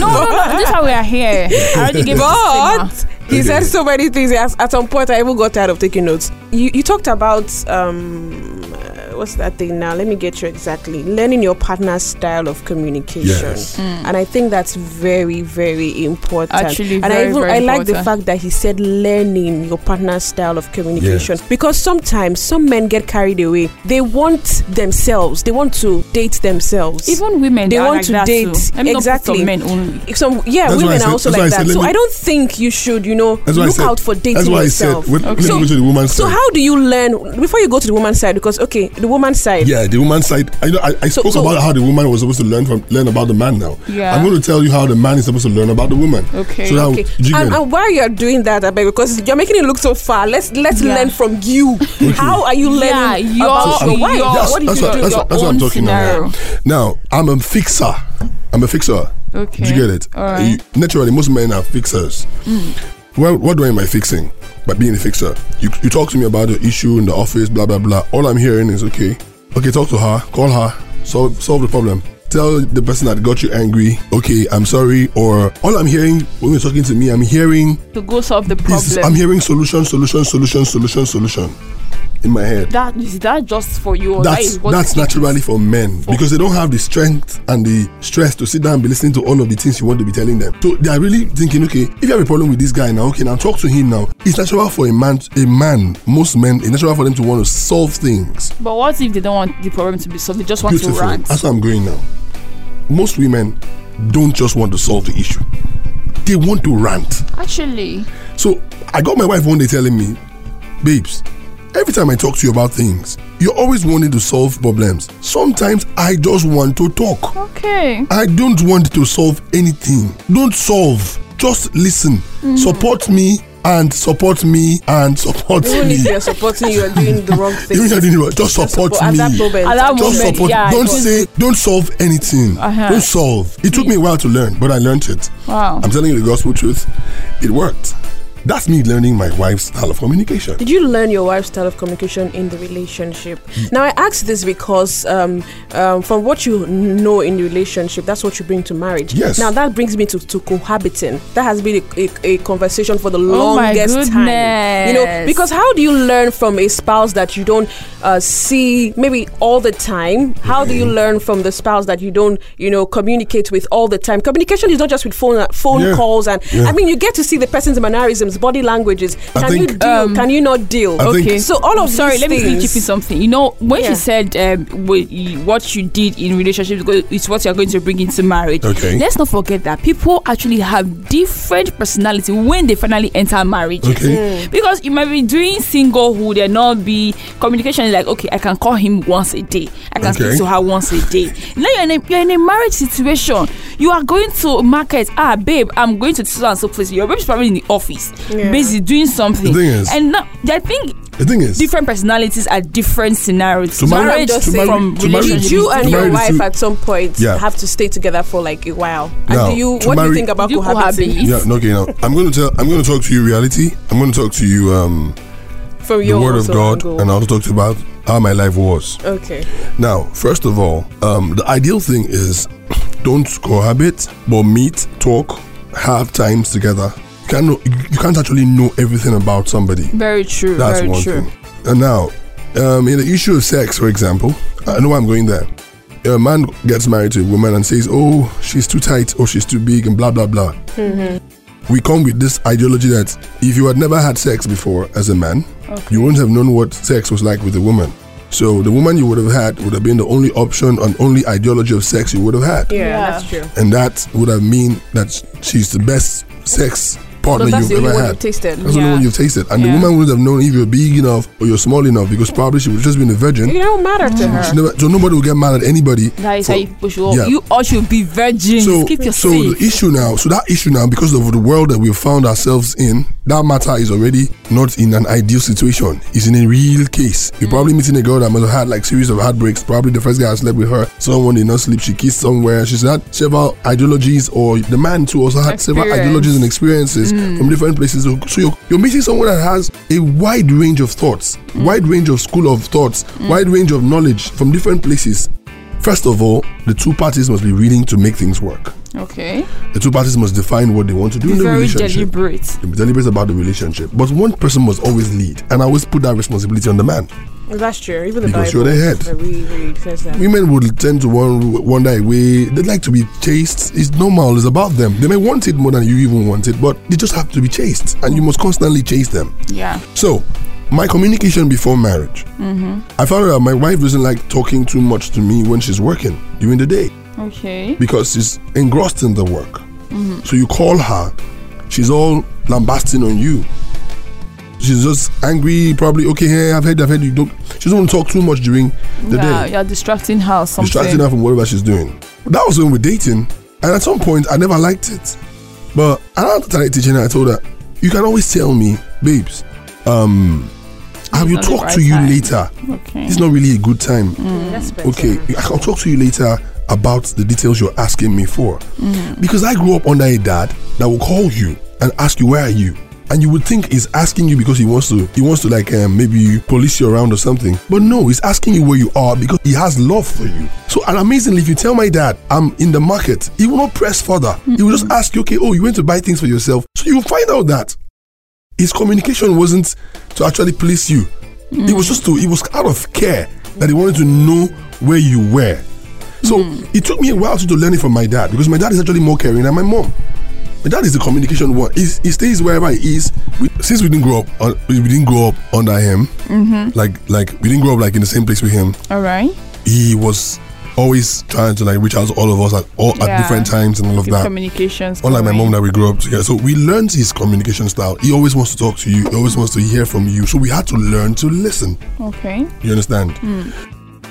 [SPEAKER 2] No, no, no. This is how we are here. I already gave
[SPEAKER 3] But
[SPEAKER 2] us
[SPEAKER 3] he
[SPEAKER 1] Okay.
[SPEAKER 3] said so many things. At, at some point, I even got tired of taking notes. You, you talked about um, uh, what's that thing now? Let me get you exactly. Learning your partner's style of communication,
[SPEAKER 1] Yes.
[SPEAKER 3] and I think that's very, very important.
[SPEAKER 2] Mm. Actually,
[SPEAKER 3] and
[SPEAKER 2] very,
[SPEAKER 3] I even
[SPEAKER 2] very
[SPEAKER 3] I like the
[SPEAKER 2] important.
[SPEAKER 3] fact that he said learning your partner's style of communication because sometimes some men get carried away. They want themselves. They want to date themselves.
[SPEAKER 2] Even women,
[SPEAKER 3] They
[SPEAKER 2] are
[SPEAKER 3] want
[SPEAKER 2] like
[SPEAKER 3] to
[SPEAKER 2] that
[SPEAKER 3] date.
[SPEAKER 2] too. Let me not put
[SPEAKER 3] Exactly.
[SPEAKER 2] on men only.
[SPEAKER 3] some yeah,
[SPEAKER 1] That's why I
[SPEAKER 3] women
[SPEAKER 1] said-
[SPEAKER 3] are also
[SPEAKER 1] that's why I
[SPEAKER 3] like
[SPEAKER 1] said,
[SPEAKER 3] that.
[SPEAKER 1] let
[SPEAKER 3] So
[SPEAKER 1] me-
[SPEAKER 3] I don't think you should, you know,
[SPEAKER 1] That's why I
[SPEAKER 3] look
[SPEAKER 1] said-
[SPEAKER 3] out for dating
[SPEAKER 1] That's why
[SPEAKER 3] yourself.
[SPEAKER 1] I said. Wait, let
[SPEAKER 3] So-
[SPEAKER 1] me go to the woman's
[SPEAKER 3] So
[SPEAKER 1] side.
[SPEAKER 3] how do you learn before you go to the woman's side? Because okay, the woman's side.
[SPEAKER 1] Yeah, the woman's side. I know. I, I
[SPEAKER 3] So-
[SPEAKER 1] spoke
[SPEAKER 3] so-
[SPEAKER 1] about how the woman was supposed to learn from learn about the man. Now,
[SPEAKER 2] Yeah.
[SPEAKER 1] I'm going to tell you how the man is supposed to learn about the woman.
[SPEAKER 2] Okay,
[SPEAKER 1] So now,
[SPEAKER 3] Okay.
[SPEAKER 1] oh, you get
[SPEAKER 3] And,
[SPEAKER 1] it?
[SPEAKER 3] and while you're doing that, I beg because you're making it look so far. Let's let's
[SPEAKER 2] Yeah.
[SPEAKER 3] learn from you. How are you
[SPEAKER 2] Yeah,
[SPEAKER 3] learning
[SPEAKER 2] your-
[SPEAKER 3] about
[SPEAKER 2] So
[SPEAKER 3] your
[SPEAKER 2] I'm-
[SPEAKER 3] wife?
[SPEAKER 2] your-
[SPEAKER 1] That's-
[SPEAKER 2] what did
[SPEAKER 1] Oh, that's
[SPEAKER 2] you
[SPEAKER 1] what-
[SPEAKER 2] do?
[SPEAKER 1] that's
[SPEAKER 2] Your
[SPEAKER 1] what- that's what I'm
[SPEAKER 2] own
[SPEAKER 1] talking about. Now, I'm a fixer. I'm a fixer.
[SPEAKER 2] Okay.
[SPEAKER 1] Did you get it?
[SPEAKER 2] All right. Mm.
[SPEAKER 1] You- naturally, most men are fixers. Well, what do I mean by fixing? By being a fixer. You, you talk to me about your issue in the office, blah, blah, blah. All I'm hearing is, okay, okay, talk to her, call her, solve, solve the problem. Tell the person that got you angry, okay, I'm sorry, or all I'm hearing when you're talking to me, I'm hearing,
[SPEAKER 2] To go solve the problem.
[SPEAKER 1] is, I'm hearing solution, solution, solution, solution, solution in my head
[SPEAKER 2] that is that just for you? Or that
[SPEAKER 1] that's
[SPEAKER 2] is what
[SPEAKER 1] that's
[SPEAKER 2] you-
[SPEAKER 1] naturally for men because they don't have the strength and the stress to sit down and be listening to all of the things you want to be telling them. So they are really thinking, okay, if you have a problem with this guy now, okay, now talk to him now. It's natural for a man, a man, most men, it's natural for them to want to solve things.
[SPEAKER 2] But what if they don't want the problem to be solved? They just want to
[SPEAKER 1] Beautiful.
[SPEAKER 2] rant.
[SPEAKER 1] That's where I'm going now. Most women don't just want to solve the issue; they want to rant.
[SPEAKER 2] Actually,
[SPEAKER 1] So I got my wife one day telling me, babes, every time I talk to you about things, you're always wanting to solve problems. Sometimes I just want to talk.
[SPEAKER 2] okay.
[SPEAKER 1] I don't want to solve anything. Don't solve. Just listen.
[SPEAKER 3] Mm.
[SPEAKER 1] Support me and support me and support
[SPEAKER 3] Even
[SPEAKER 1] me.
[SPEAKER 3] if you're supporting you, you're doing the wrong thing.
[SPEAKER 1] Even if I didn't know, just support
[SPEAKER 3] But at
[SPEAKER 1] me.
[SPEAKER 3] that moment,
[SPEAKER 2] At that
[SPEAKER 1] Just
[SPEAKER 2] moment,
[SPEAKER 1] support.
[SPEAKER 2] yeah,
[SPEAKER 1] don't
[SPEAKER 2] it was-
[SPEAKER 1] say. Don't solve anything.
[SPEAKER 2] Uh-huh.
[SPEAKER 1] Don't solve. It took me a while to learn, but I learned it.
[SPEAKER 2] Wow.
[SPEAKER 1] I'm telling you the gospel truth. It worked. That's me learning my wife's style of communication.
[SPEAKER 3] Did you learn your wife's style of communication in the relationship? Now, I ask this because um, um, from what you n- know in the relationship, that's what you bring to marriage.
[SPEAKER 1] Yes.
[SPEAKER 3] Now, that brings me to, to cohabiting. That has been a, a, a conversation for the
[SPEAKER 2] Oh my
[SPEAKER 3] longest time. You know,
[SPEAKER 2] goodness.
[SPEAKER 3] because how do you learn from a spouse that you don't uh, see maybe all the time? How do you
[SPEAKER 1] Mm-hmm.
[SPEAKER 3] learn from the spouse that you don't, you know, communicate with all the time? Communication is not just with phone, phone
[SPEAKER 1] Yeah.
[SPEAKER 3] calls and,
[SPEAKER 1] Yeah.
[SPEAKER 3] I mean, you get to see the person's mannerisms is body languages.
[SPEAKER 1] I
[SPEAKER 3] Can you
[SPEAKER 1] think-
[SPEAKER 3] deal?
[SPEAKER 2] Um,
[SPEAKER 3] can you not deal?
[SPEAKER 1] I think-
[SPEAKER 2] Okay.
[SPEAKER 3] So all of
[SPEAKER 2] sorry,
[SPEAKER 3] these
[SPEAKER 2] let me
[SPEAKER 3] things-
[SPEAKER 2] quickly chip in something. You know, when
[SPEAKER 3] Yeah.
[SPEAKER 2] she said um, wh- y- what you did in relationships go- is what you're going to bring into marriage.
[SPEAKER 1] Okay.
[SPEAKER 2] Let's not forget that people actually have different personality when they finally enter marriage.
[SPEAKER 1] Okay. Mm.
[SPEAKER 2] Because you might be doing singlehood and not be communication is like, okay, I can call him once a day. I can
[SPEAKER 1] Okay.
[SPEAKER 2] speak to her once a day. Now you're in a, you're in a marriage situation. You are going to market. Ah, babe, I'm going to so and so place. Your babe's probably in the office,
[SPEAKER 3] Yeah.
[SPEAKER 2] busy doing something.
[SPEAKER 1] The thing is-
[SPEAKER 2] and now I think
[SPEAKER 1] The thing is,
[SPEAKER 2] different personalities at different scenarios.
[SPEAKER 1] To marry-
[SPEAKER 2] marriage
[SPEAKER 3] to
[SPEAKER 2] is
[SPEAKER 3] marry-
[SPEAKER 2] from
[SPEAKER 1] to marry-
[SPEAKER 2] relationship.
[SPEAKER 3] Did you
[SPEAKER 1] to marry
[SPEAKER 3] and your
[SPEAKER 1] the
[SPEAKER 3] wife
[SPEAKER 1] two-
[SPEAKER 3] at some point
[SPEAKER 1] Yeah.
[SPEAKER 3] have to stay together for like a while?
[SPEAKER 1] Now,
[SPEAKER 3] and do you
[SPEAKER 1] to
[SPEAKER 3] what do you
[SPEAKER 1] marry-
[SPEAKER 3] think about
[SPEAKER 2] Do
[SPEAKER 3] cohabiting
[SPEAKER 2] cohabit?
[SPEAKER 1] yeah, no, okay. Now I'm going to tell. I'm going to talk to you reality. I'm going to talk to you um,
[SPEAKER 3] from
[SPEAKER 1] the
[SPEAKER 3] your
[SPEAKER 1] word of
[SPEAKER 3] also
[SPEAKER 1] God,
[SPEAKER 3] angle?
[SPEAKER 1] and I'll talk to you about how my life was.
[SPEAKER 3] Okay.
[SPEAKER 1] Now, first of all, um, the ideal thing is don't cohabit, but meet, talk, have times together. You can't, know, you can't actually know everything about somebody.
[SPEAKER 2] Very true.
[SPEAKER 1] That's
[SPEAKER 2] very
[SPEAKER 1] one
[SPEAKER 2] true.
[SPEAKER 1] thing. And now, um, in the issue of sex, for example, I know why I'm going there. A man gets married to a woman and says, "Oh, she's too tight. Oh, she's too big," and blah blah blah.
[SPEAKER 3] Mm-hmm.
[SPEAKER 1] We come with this ideology that if you had never had sex before as a man, you wouldn't have known what sex was like with a woman. So the woman you would have had would have been the only option and only ideology of sex you would have had,
[SPEAKER 3] Yeah,
[SPEAKER 2] Yeah.
[SPEAKER 3] that's true.
[SPEAKER 1] and that would have mean that she's the best sex partner
[SPEAKER 3] But that's
[SPEAKER 1] you've
[SPEAKER 3] the only
[SPEAKER 1] ever
[SPEAKER 3] one
[SPEAKER 1] had.
[SPEAKER 3] you tasted.
[SPEAKER 1] That's the
[SPEAKER 2] Yeah.
[SPEAKER 1] one you've tasted. And
[SPEAKER 2] Yeah.
[SPEAKER 1] the woman would have known if you're big enough or you're small enough because probably she would just been a virgin.
[SPEAKER 3] It don't matter to
[SPEAKER 1] She
[SPEAKER 3] her.
[SPEAKER 1] never, so nobody will get mad at anybody.
[SPEAKER 2] That is
[SPEAKER 1] for-
[SPEAKER 2] how you push off.
[SPEAKER 1] Yeah.
[SPEAKER 2] You all should be virgins.
[SPEAKER 1] so,
[SPEAKER 2] Keep your
[SPEAKER 1] so the
[SPEAKER 2] safe.
[SPEAKER 1] issue now, so that issue now, because of the world that we've found ourselves in, that matter is already not in an ideal situation. It's in a real case. You're probably meeting a girl that must have had like series of heartbreaks. Probably the first guy I slept with her, someone did not sleep. She kissed somewhere. She's had several ideologies, or the man too also had several
[SPEAKER 2] Experience.
[SPEAKER 1] ideologies and experiences from different places. So so you're, you're meeting someone that has a wide range of thoughts, wide range of school of thoughts, wide range of knowledge from different places. First of all, the two parties must be willing to make things work.
[SPEAKER 2] okay.
[SPEAKER 1] The two parties must define what they want to do
[SPEAKER 2] Be
[SPEAKER 1] in the
[SPEAKER 2] very
[SPEAKER 1] relationship.
[SPEAKER 2] deliberate.
[SPEAKER 1] They must Deliberate about the relationship. But one person must always lead. And I always put that responsibility on the man.
[SPEAKER 3] That's true. Even the
[SPEAKER 1] Because
[SPEAKER 3] Bible.
[SPEAKER 1] you're the head.
[SPEAKER 3] that really, really says that.
[SPEAKER 1] Women would tend to wan- wander away. They like to be chased. It's normal. It's about them. They may want it more than you even want it, but they just have to be chased. And you must constantly chase them.
[SPEAKER 2] Yeah.
[SPEAKER 1] So, my communication before marriage.
[SPEAKER 2] Mm-hmm.
[SPEAKER 1] I found out that my wife doesn't like talking too much to me when she's working during the day.
[SPEAKER 2] Okay.
[SPEAKER 1] because she's engrossed in the work.
[SPEAKER 2] Mm-hmm.
[SPEAKER 1] So you call her, she's all lambasting on you. She's just angry, probably. Okay, hey, I've heard, I've heard you don't. She doesn't want to talk too much during the
[SPEAKER 2] yeah,
[SPEAKER 1] day,
[SPEAKER 2] you're distracting her or something.
[SPEAKER 1] distracting her from whatever she's doing. But that was when we're dating, and at some point, I never liked it. But another time I teaching her, I told her, "You can always tell me, babes, um, I will
[SPEAKER 2] not the
[SPEAKER 1] talk
[SPEAKER 2] right
[SPEAKER 1] to you
[SPEAKER 2] time."
[SPEAKER 1] later.
[SPEAKER 2] Okay.
[SPEAKER 1] It's not really a good time.
[SPEAKER 3] That's better.
[SPEAKER 1] Okay, I can talk to you later about the details you're asking me for. Because I grew up under a dad that will call you and ask you where are you, and you would think he's asking you because he wants to he wants to like um, maybe police you around or something. But no, he's asking you where you are because he has love for you. So and amazingly, if you tell my dad I'm in the market, he will not press further. He will just ask you, okay, oh, you went to buy things for yourself. So you'll find out that his communication wasn't to actually please you. It was just to, it was out of care that he wanted to know where you were. So it took me a while to, to learn it from my dad because my dad is actually more caring than my mom. My dad is the communication one. He's, he stays wherever he is. We, since we didn't grow up, uh, we didn't grow up under him.
[SPEAKER 2] Mm-hmm.
[SPEAKER 1] Like like we didn't grow up like in the same place with him.
[SPEAKER 2] All right.
[SPEAKER 1] He was always trying to like reach out to all of us at all at
[SPEAKER 2] Yeah.
[SPEAKER 1] different times and all of
[SPEAKER 2] Good
[SPEAKER 1] that.
[SPEAKER 2] communications.
[SPEAKER 1] Unlike my
[SPEAKER 2] going.
[SPEAKER 1] mom that we grew up together. So we learned his communication style. He always wants to talk to you. He always wants to hear from you. So we had to learn to listen.
[SPEAKER 2] Okay.
[SPEAKER 1] You understand?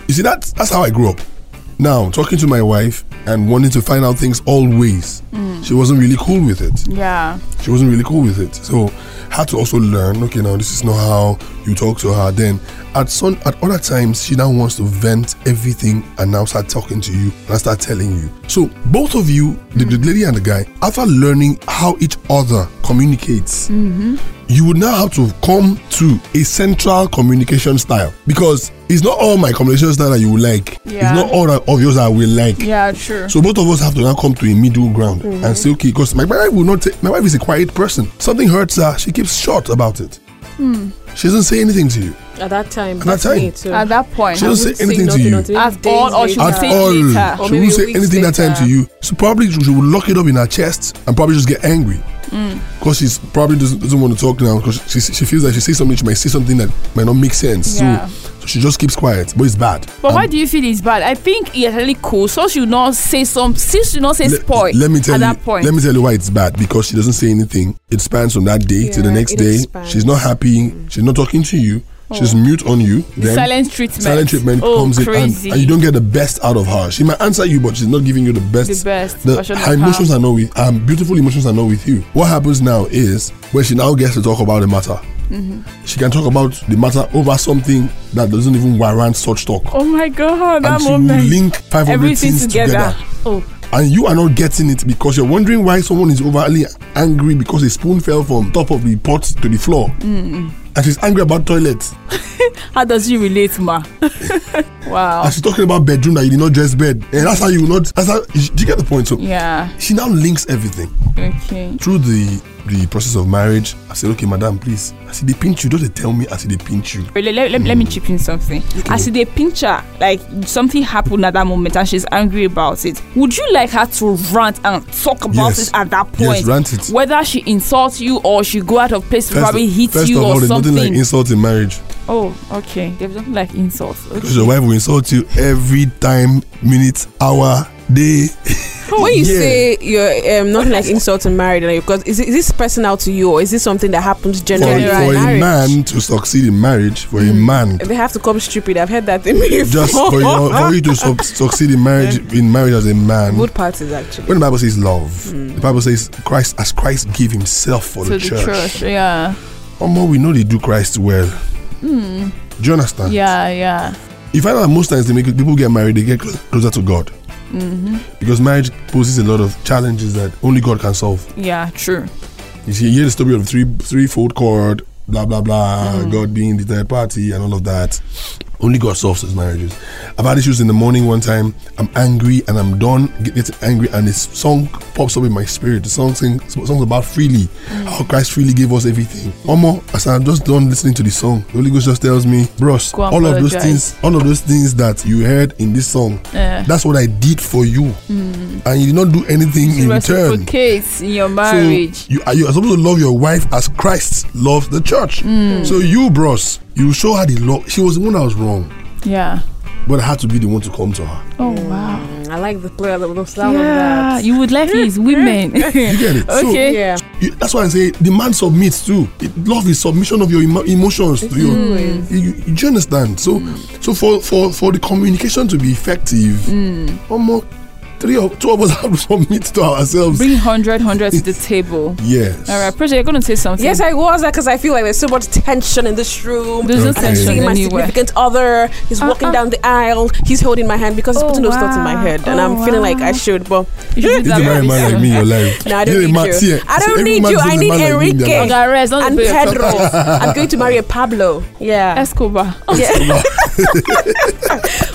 [SPEAKER 1] You see, that's that's how I grew up. Now, talking to my wife and wanting to find out things always, she wasn't really cool with it.
[SPEAKER 2] Yeah.
[SPEAKER 1] She wasn't really cool with it. So had to also learn, okay, now this is not how you talk to her. Then at some at other times she now wants to vent everything and now start talking to you and I start telling you. So both of you, the, the lady and the guy, after learning how each other communicates, you would now have to come to a central communication style because it's not all my communication style that you will like.
[SPEAKER 2] Yeah.
[SPEAKER 1] It's not all that of yours that I will like.
[SPEAKER 2] Yeah. True.
[SPEAKER 1] So both of us have to now come to a middle ground
[SPEAKER 2] Mm.
[SPEAKER 1] and say, okay, because my wife will not. Take, my wife is a quiet person. Something hurts her. She keeps short about it.
[SPEAKER 2] Hmm.
[SPEAKER 1] She doesn't say anything to you.
[SPEAKER 3] At that time.
[SPEAKER 1] that
[SPEAKER 3] that's me
[SPEAKER 1] time.
[SPEAKER 3] too.
[SPEAKER 2] At that point.
[SPEAKER 1] She doesn't say
[SPEAKER 3] Saying
[SPEAKER 1] anything to
[SPEAKER 3] nothing
[SPEAKER 1] you
[SPEAKER 3] until
[SPEAKER 2] At
[SPEAKER 3] days
[SPEAKER 2] all, or she
[SPEAKER 3] later.
[SPEAKER 2] would
[SPEAKER 1] at
[SPEAKER 2] say it
[SPEAKER 1] all.
[SPEAKER 2] later. Or
[SPEAKER 1] She
[SPEAKER 3] maybe
[SPEAKER 1] won't say
[SPEAKER 3] weeks
[SPEAKER 1] anything that time
[SPEAKER 3] later.
[SPEAKER 1] to you. So probably she will lock it up in her chest and probably just get angry.
[SPEAKER 2] Hmm.
[SPEAKER 1] because she's probably doesn't, doesn't want to talk now because she, she feels like she says something she might say something that might not make sense
[SPEAKER 2] Yeah.
[SPEAKER 1] so, so she just keeps quiet but it's bad
[SPEAKER 2] But why do you feel it's bad? I think it's really cool. So should not say some. She should not say
[SPEAKER 1] Le-
[SPEAKER 2] spoil.
[SPEAKER 1] let me tell
[SPEAKER 2] at
[SPEAKER 1] you
[SPEAKER 2] that point.
[SPEAKER 1] let me tell you why it's bad because she doesn't say anything it spans from that day to the
[SPEAKER 3] Yeah,
[SPEAKER 1] next
[SPEAKER 3] it
[SPEAKER 1] day
[SPEAKER 3] expands.
[SPEAKER 1] she's not happy she's not talking to you she's mute on you
[SPEAKER 2] Oh. The
[SPEAKER 1] then
[SPEAKER 2] silent treatment.
[SPEAKER 1] silent treatment
[SPEAKER 2] oh,
[SPEAKER 1] comes in and,
[SPEAKER 2] crazy.
[SPEAKER 1] and you don't get the best out of her she might answer you but she's not giving you the best
[SPEAKER 2] The best
[SPEAKER 1] the,
[SPEAKER 2] version of
[SPEAKER 1] her
[SPEAKER 2] her.
[SPEAKER 1] emotions are not with um, beautiful emotions are not with you what happens now is when she now gets to talk about the matter
[SPEAKER 2] Mm-hmm.
[SPEAKER 1] she can talk about the matter over something that doesn't even warrant such talk
[SPEAKER 2] Oh my god, that
[SPEAKER 1] and she
[SPEAKER 2] moment.
[SPEAKER 1] will link 500
[SPEAKER 2] Everything
[SPEAKER 1] things
[SPEAKER 2] together.
[SPEAKER 1] together
[SPEAKER 2] Oh,
[SPEAKER 1] and you are not getting it because you're wondering why someone is overly angry because a spoon fell from top of the pot to the floor
[SPEAKER 2] Mm-hmm.
[SPEAKER 1] and she's angry about toilets
[SPEAKER 2] how does she relate, ma? wow.
[SPEAKER 1] and she's talking about bedroom that you did not dress bed and that's how you will not that's how do you get the point so
[SPEAKER 2] Yeah.
[SPEAKER 1] she now links everything
[SPEAKER 2] Okay.
[SPEAKER 1] through the the process of marriage i said okay madam please i said they pinch you don't they tell me i said they pinch you
[SPEAKER 2] Really, let, let, let me chip in something. I see the picture, like something happened at that moment and she's angry about it. Would you like her to rant and talk about
[SPEAKER 1] Yes.
[SPEAKER 2] it at that point?
[SPEAKER 1] Yes, rant it.
[SPEAKER 2] Whether she insults you or she go out of place to probably hit
[SPEAKER 1] first
[SPEAKER 2] you
[SPEAKER 1] of all
[SPEAKER 2] or
[SPEAKER 1] there's
[SPEAKER 2] something.
[SPEAKER 1] nothing like insult in marriage
[SPEAKER 2] oh, okay. There's nothing like insults. Okay.
[SPEAKER 1] because your wife will insult you every time minute hour day
[SPEAKER 3] When you
[SPEAKER 1] Yeah.
[SPEAKER 3] say you're um, nothing like insult in marriage, like, because is, it- is this personal to you or is this something that happens
[SPEAKER 1] for,
[SPEAKER 3] generally
[SPEAKER 1] for
[SPEAKER 3] in
[SPEAKER 1] a
[SPEAKER 3] marriage?
[SPEAKER 1] man to succeed in marriage for a man
[SPEAKER 3] They have to come stupid. I've heard that thing before.
[SPEAKER 1] just for, your, for you to sub- succeed in marriage in marriage as a man
[SPEAKER 3] good parties actually.
[SPEAKER 1] when the bible says love the bible says christ as christ gave himself for
[SPEAKER 2] To
[SPEAKER 1] the, church,
[SPEAKER 2] yeah,
[SPEAKER 1] Omo, we know they do christ well do you understand
[SPEAKER 2] yeah, yeah.
[SPEAKER 1] you find out that most times they make people get married they get clo- closer to god because marriage poses a lot of challenges that only god can solve
[SPEAKER 2] Yeah, true.
[SPEAKER 1] you see you hear the story of three threefold cord blah blah blah
[SPEAKER 2] Mm-hmm.
[SPEAKER 1] god being the third party and all of that only god solves those marriages i've had issues in the morning one time i'm angry and i'm done get- getting angry and this song pops up in my spirit the song sing, song's about freely
[SPEAKER 2] Mm.
[SPEAKER 1] how christ freely gave us everything Omo, as i'm just done listening to the song the holy ghost just tells me bros
[SPEAKER 2] Go
[SPEAKER 1] all of those
[SPEAKER 2] apologize.
[SPEAKER 1] things all of those things that you heard in this song
[SPEAKER 2] Yeah. Mm.
[SPEAKER 1] that's what i did for you and you did not do anything in return
[SPEAKER 2] Reciprocate in your marriage.
[SPEAKER 1] so you are, you are supposed to love your wife as Christ loves the church.
[SPEAKER 3] Mm.
[SPEAKER 1] So you, bros, you show her the love. She was the one that was wrong,
[SPEAKER 2] yeah.
[SPEAKER 1] but I had to be the one to come to her.
[SPEAKER 2] Oh wow.
[SPEAKER 3] I like the play of the sound
[SPEAKER 2] Yeah, you would like his women.
[SPEAKER 1] You get it? So
[SPEAKER 2] Okay.
[SPEAKER 3] Yeah.
[SPEAKER 1] you- that's why I say the man submits too. It- love is submission of your emo- emotions to your. You, you, do you understand? So,
[SPEAKER 3] Mm.
[SPEAKER 1] so for, for for the communication to be effective,
[SPEAKER 3] Mm.
[SPEAKER 1] one more, three or two of us have to submit to ourselves.
[SPEAKER 2] Bring 100, 100 to the table.
[SPEAKER 1] yes.
[SPEAKER 2] All right, Preacher, you're going to say something.
[SPEAKER 3] Yes, I was because I feel like there's so much tension in this room.
[SPEAKER 2] There's no
[SPEAKER 1] Okay.
[SPEAKER 3] And I'm
[SPEAKER 2] tension
[SPEAKER 3] seeing my
[SPEAKER 2] anywhere.
[SPEAKER 3] significant other. He's walking
[SPEAKER 2] Uh-uh.
[SPEAKER 3] down the aisle. He's holding my hand because he's
[SPEAKER 2] Oh,
[SPEAKER 3] putting those thoughts in my
[SPEAKER 2] wow.
[SPEAKER 3] head, and I'm
[SPEAKER 2] Oh,
[SPEAKER 3] feeling like
[SPEAKER 2] wow.
[SPEAKER 3] I should. But
[SPEAKER 2] You should do
[SPEAKER 1] You need to marry a
[SPEAKER 2] that
[SPEAKER 1] man like me in your life.
[SPEAKER 3] No, I don't
[SPEAKER 1] You're a
[SPEAKER 3] need
[SPEAKER 1] man-
[SPEAKER 3] you.
[SPEAKER 1] see,
[SPEAKER 3] I
[SPEAKER 1] see,
[SPEAKER 3] don't
[SPEAKER 1] every
[SPEAKER 3] need
[SPEAKER 1] man
[SPEAKER 3] you.
[SPEAKER 1] deserves
[SPEAKER 3] I
[SPEAKER 1] a
[SPEAKER 3] need
[SPEAKER 1] man like me in their
[SPEAKER 3] Enrique.
[SPEAKER 1] life.
[SPEAKER 2] Oga, rest, don't
[SPEAKER 3] and
[SPEAKER 2] be a
[SPEAKER 3] Pedro, I'm going to marry a Pablo. Yeah,
[SPEAKER 2] Escobar.
[SPEAKER 3] yeah.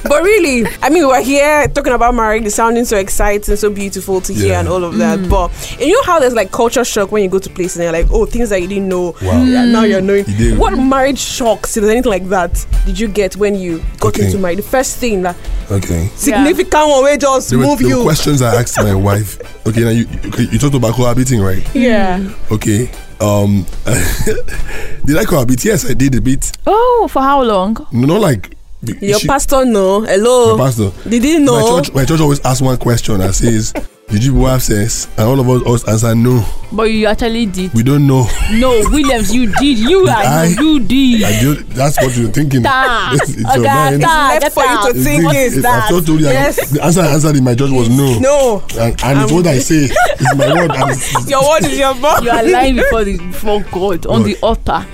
[SPEAKER 3] but really, I mean, we're here talking about marriage. It's sounding so exciting, so beautiful to hear,
[SPEAKER 1] Yeah.
[SPEAKER 3] and all of that.
[SPEAKER 2] Mm.
[SPEAKER 3] But and you know how there's like culture shock when you go to places and you're like, oh, things that you didn't know.
[SPEAKER 1] Wow.
[SPEAKER 3] Yeah, now you're knowing.
[SPEAKER 1] You did.
[SPEAKER 3] What marriage shocks, if there's anything like that, did you get when you got
[SPEAKER 1] Okay.
[SPEAKER 3] into marriage? The first thing that
[SPEAKER 1] Okay.
[SPEAKER 3] significant one will just
[SPEAKER 1] There were,
[SPEAKER 3] move
[SPEAKER 1] there were
[SPEAKER 3] you.
[SPEAKER 1] questions I asked my wife. Okay, now you, you you talked about cohabiting, right?
[SPEAKER 3] Yeah.
[SPEAKER 1] Okay. Um, did I cohabit? Yes, I did a bit.
[SPEAKER 2] Oh, for how long?
[SPEAKER 1] No, not like
[SPEAKER 3] Your
[SPEAKER 1] she-
[SPEAKER 3] pastor, no. Hello.
[SPEAKER 1] my pastor.
[SPEAKER 3] Did he know?
[SPEAKER 1] My church, my church always asks one question that says, "Did you people have sex?" And all of us always answer, "No,
[SPEAKER 2] But you actually did.
[SPEAKER 1] we don't know."
[SPEAKER 2] No, Williams, you did. You are.
[SPEAKER 1] I?
[SPEAKER 2] You did.
[SPEAKER 1] I do, that's what you're thinking.
[SPEAKER 2] Ta.
[SPEAKER 1] It's, it's your
[SPEAKER 2] Okay,
[SPEAKER 1] mind.
[SPEAKER 2] ta. Ah,
[SPEAKER 3] left
[SPEAKER 2] get
[SPEAKER 3] for you
[SPEAKER 2] out.
[SPEAKER 3] to
[SPEAKER 1] It's-
[SPEAKER 3] think
[SPEAKER 1] it's-
[SPEAKER 3] is
[SPEAKER 1] I've
[SPEAKER 3] that.
[SPEAKER 1] told you that
[SPEAKER 3] Yes.
[SPEAKER 1] the answer I answered in my church was no.
[SPEAKER 3] No.
[SPEAKER 1] And,
[SPEAKER 3] Um,
[SPEAKER 1] and it's what I say. It's my word. And it's, it's-
[SPEAKER 3] Your word is your bond.
[SPEAKER 2] You are lying before, the, before God on the altar.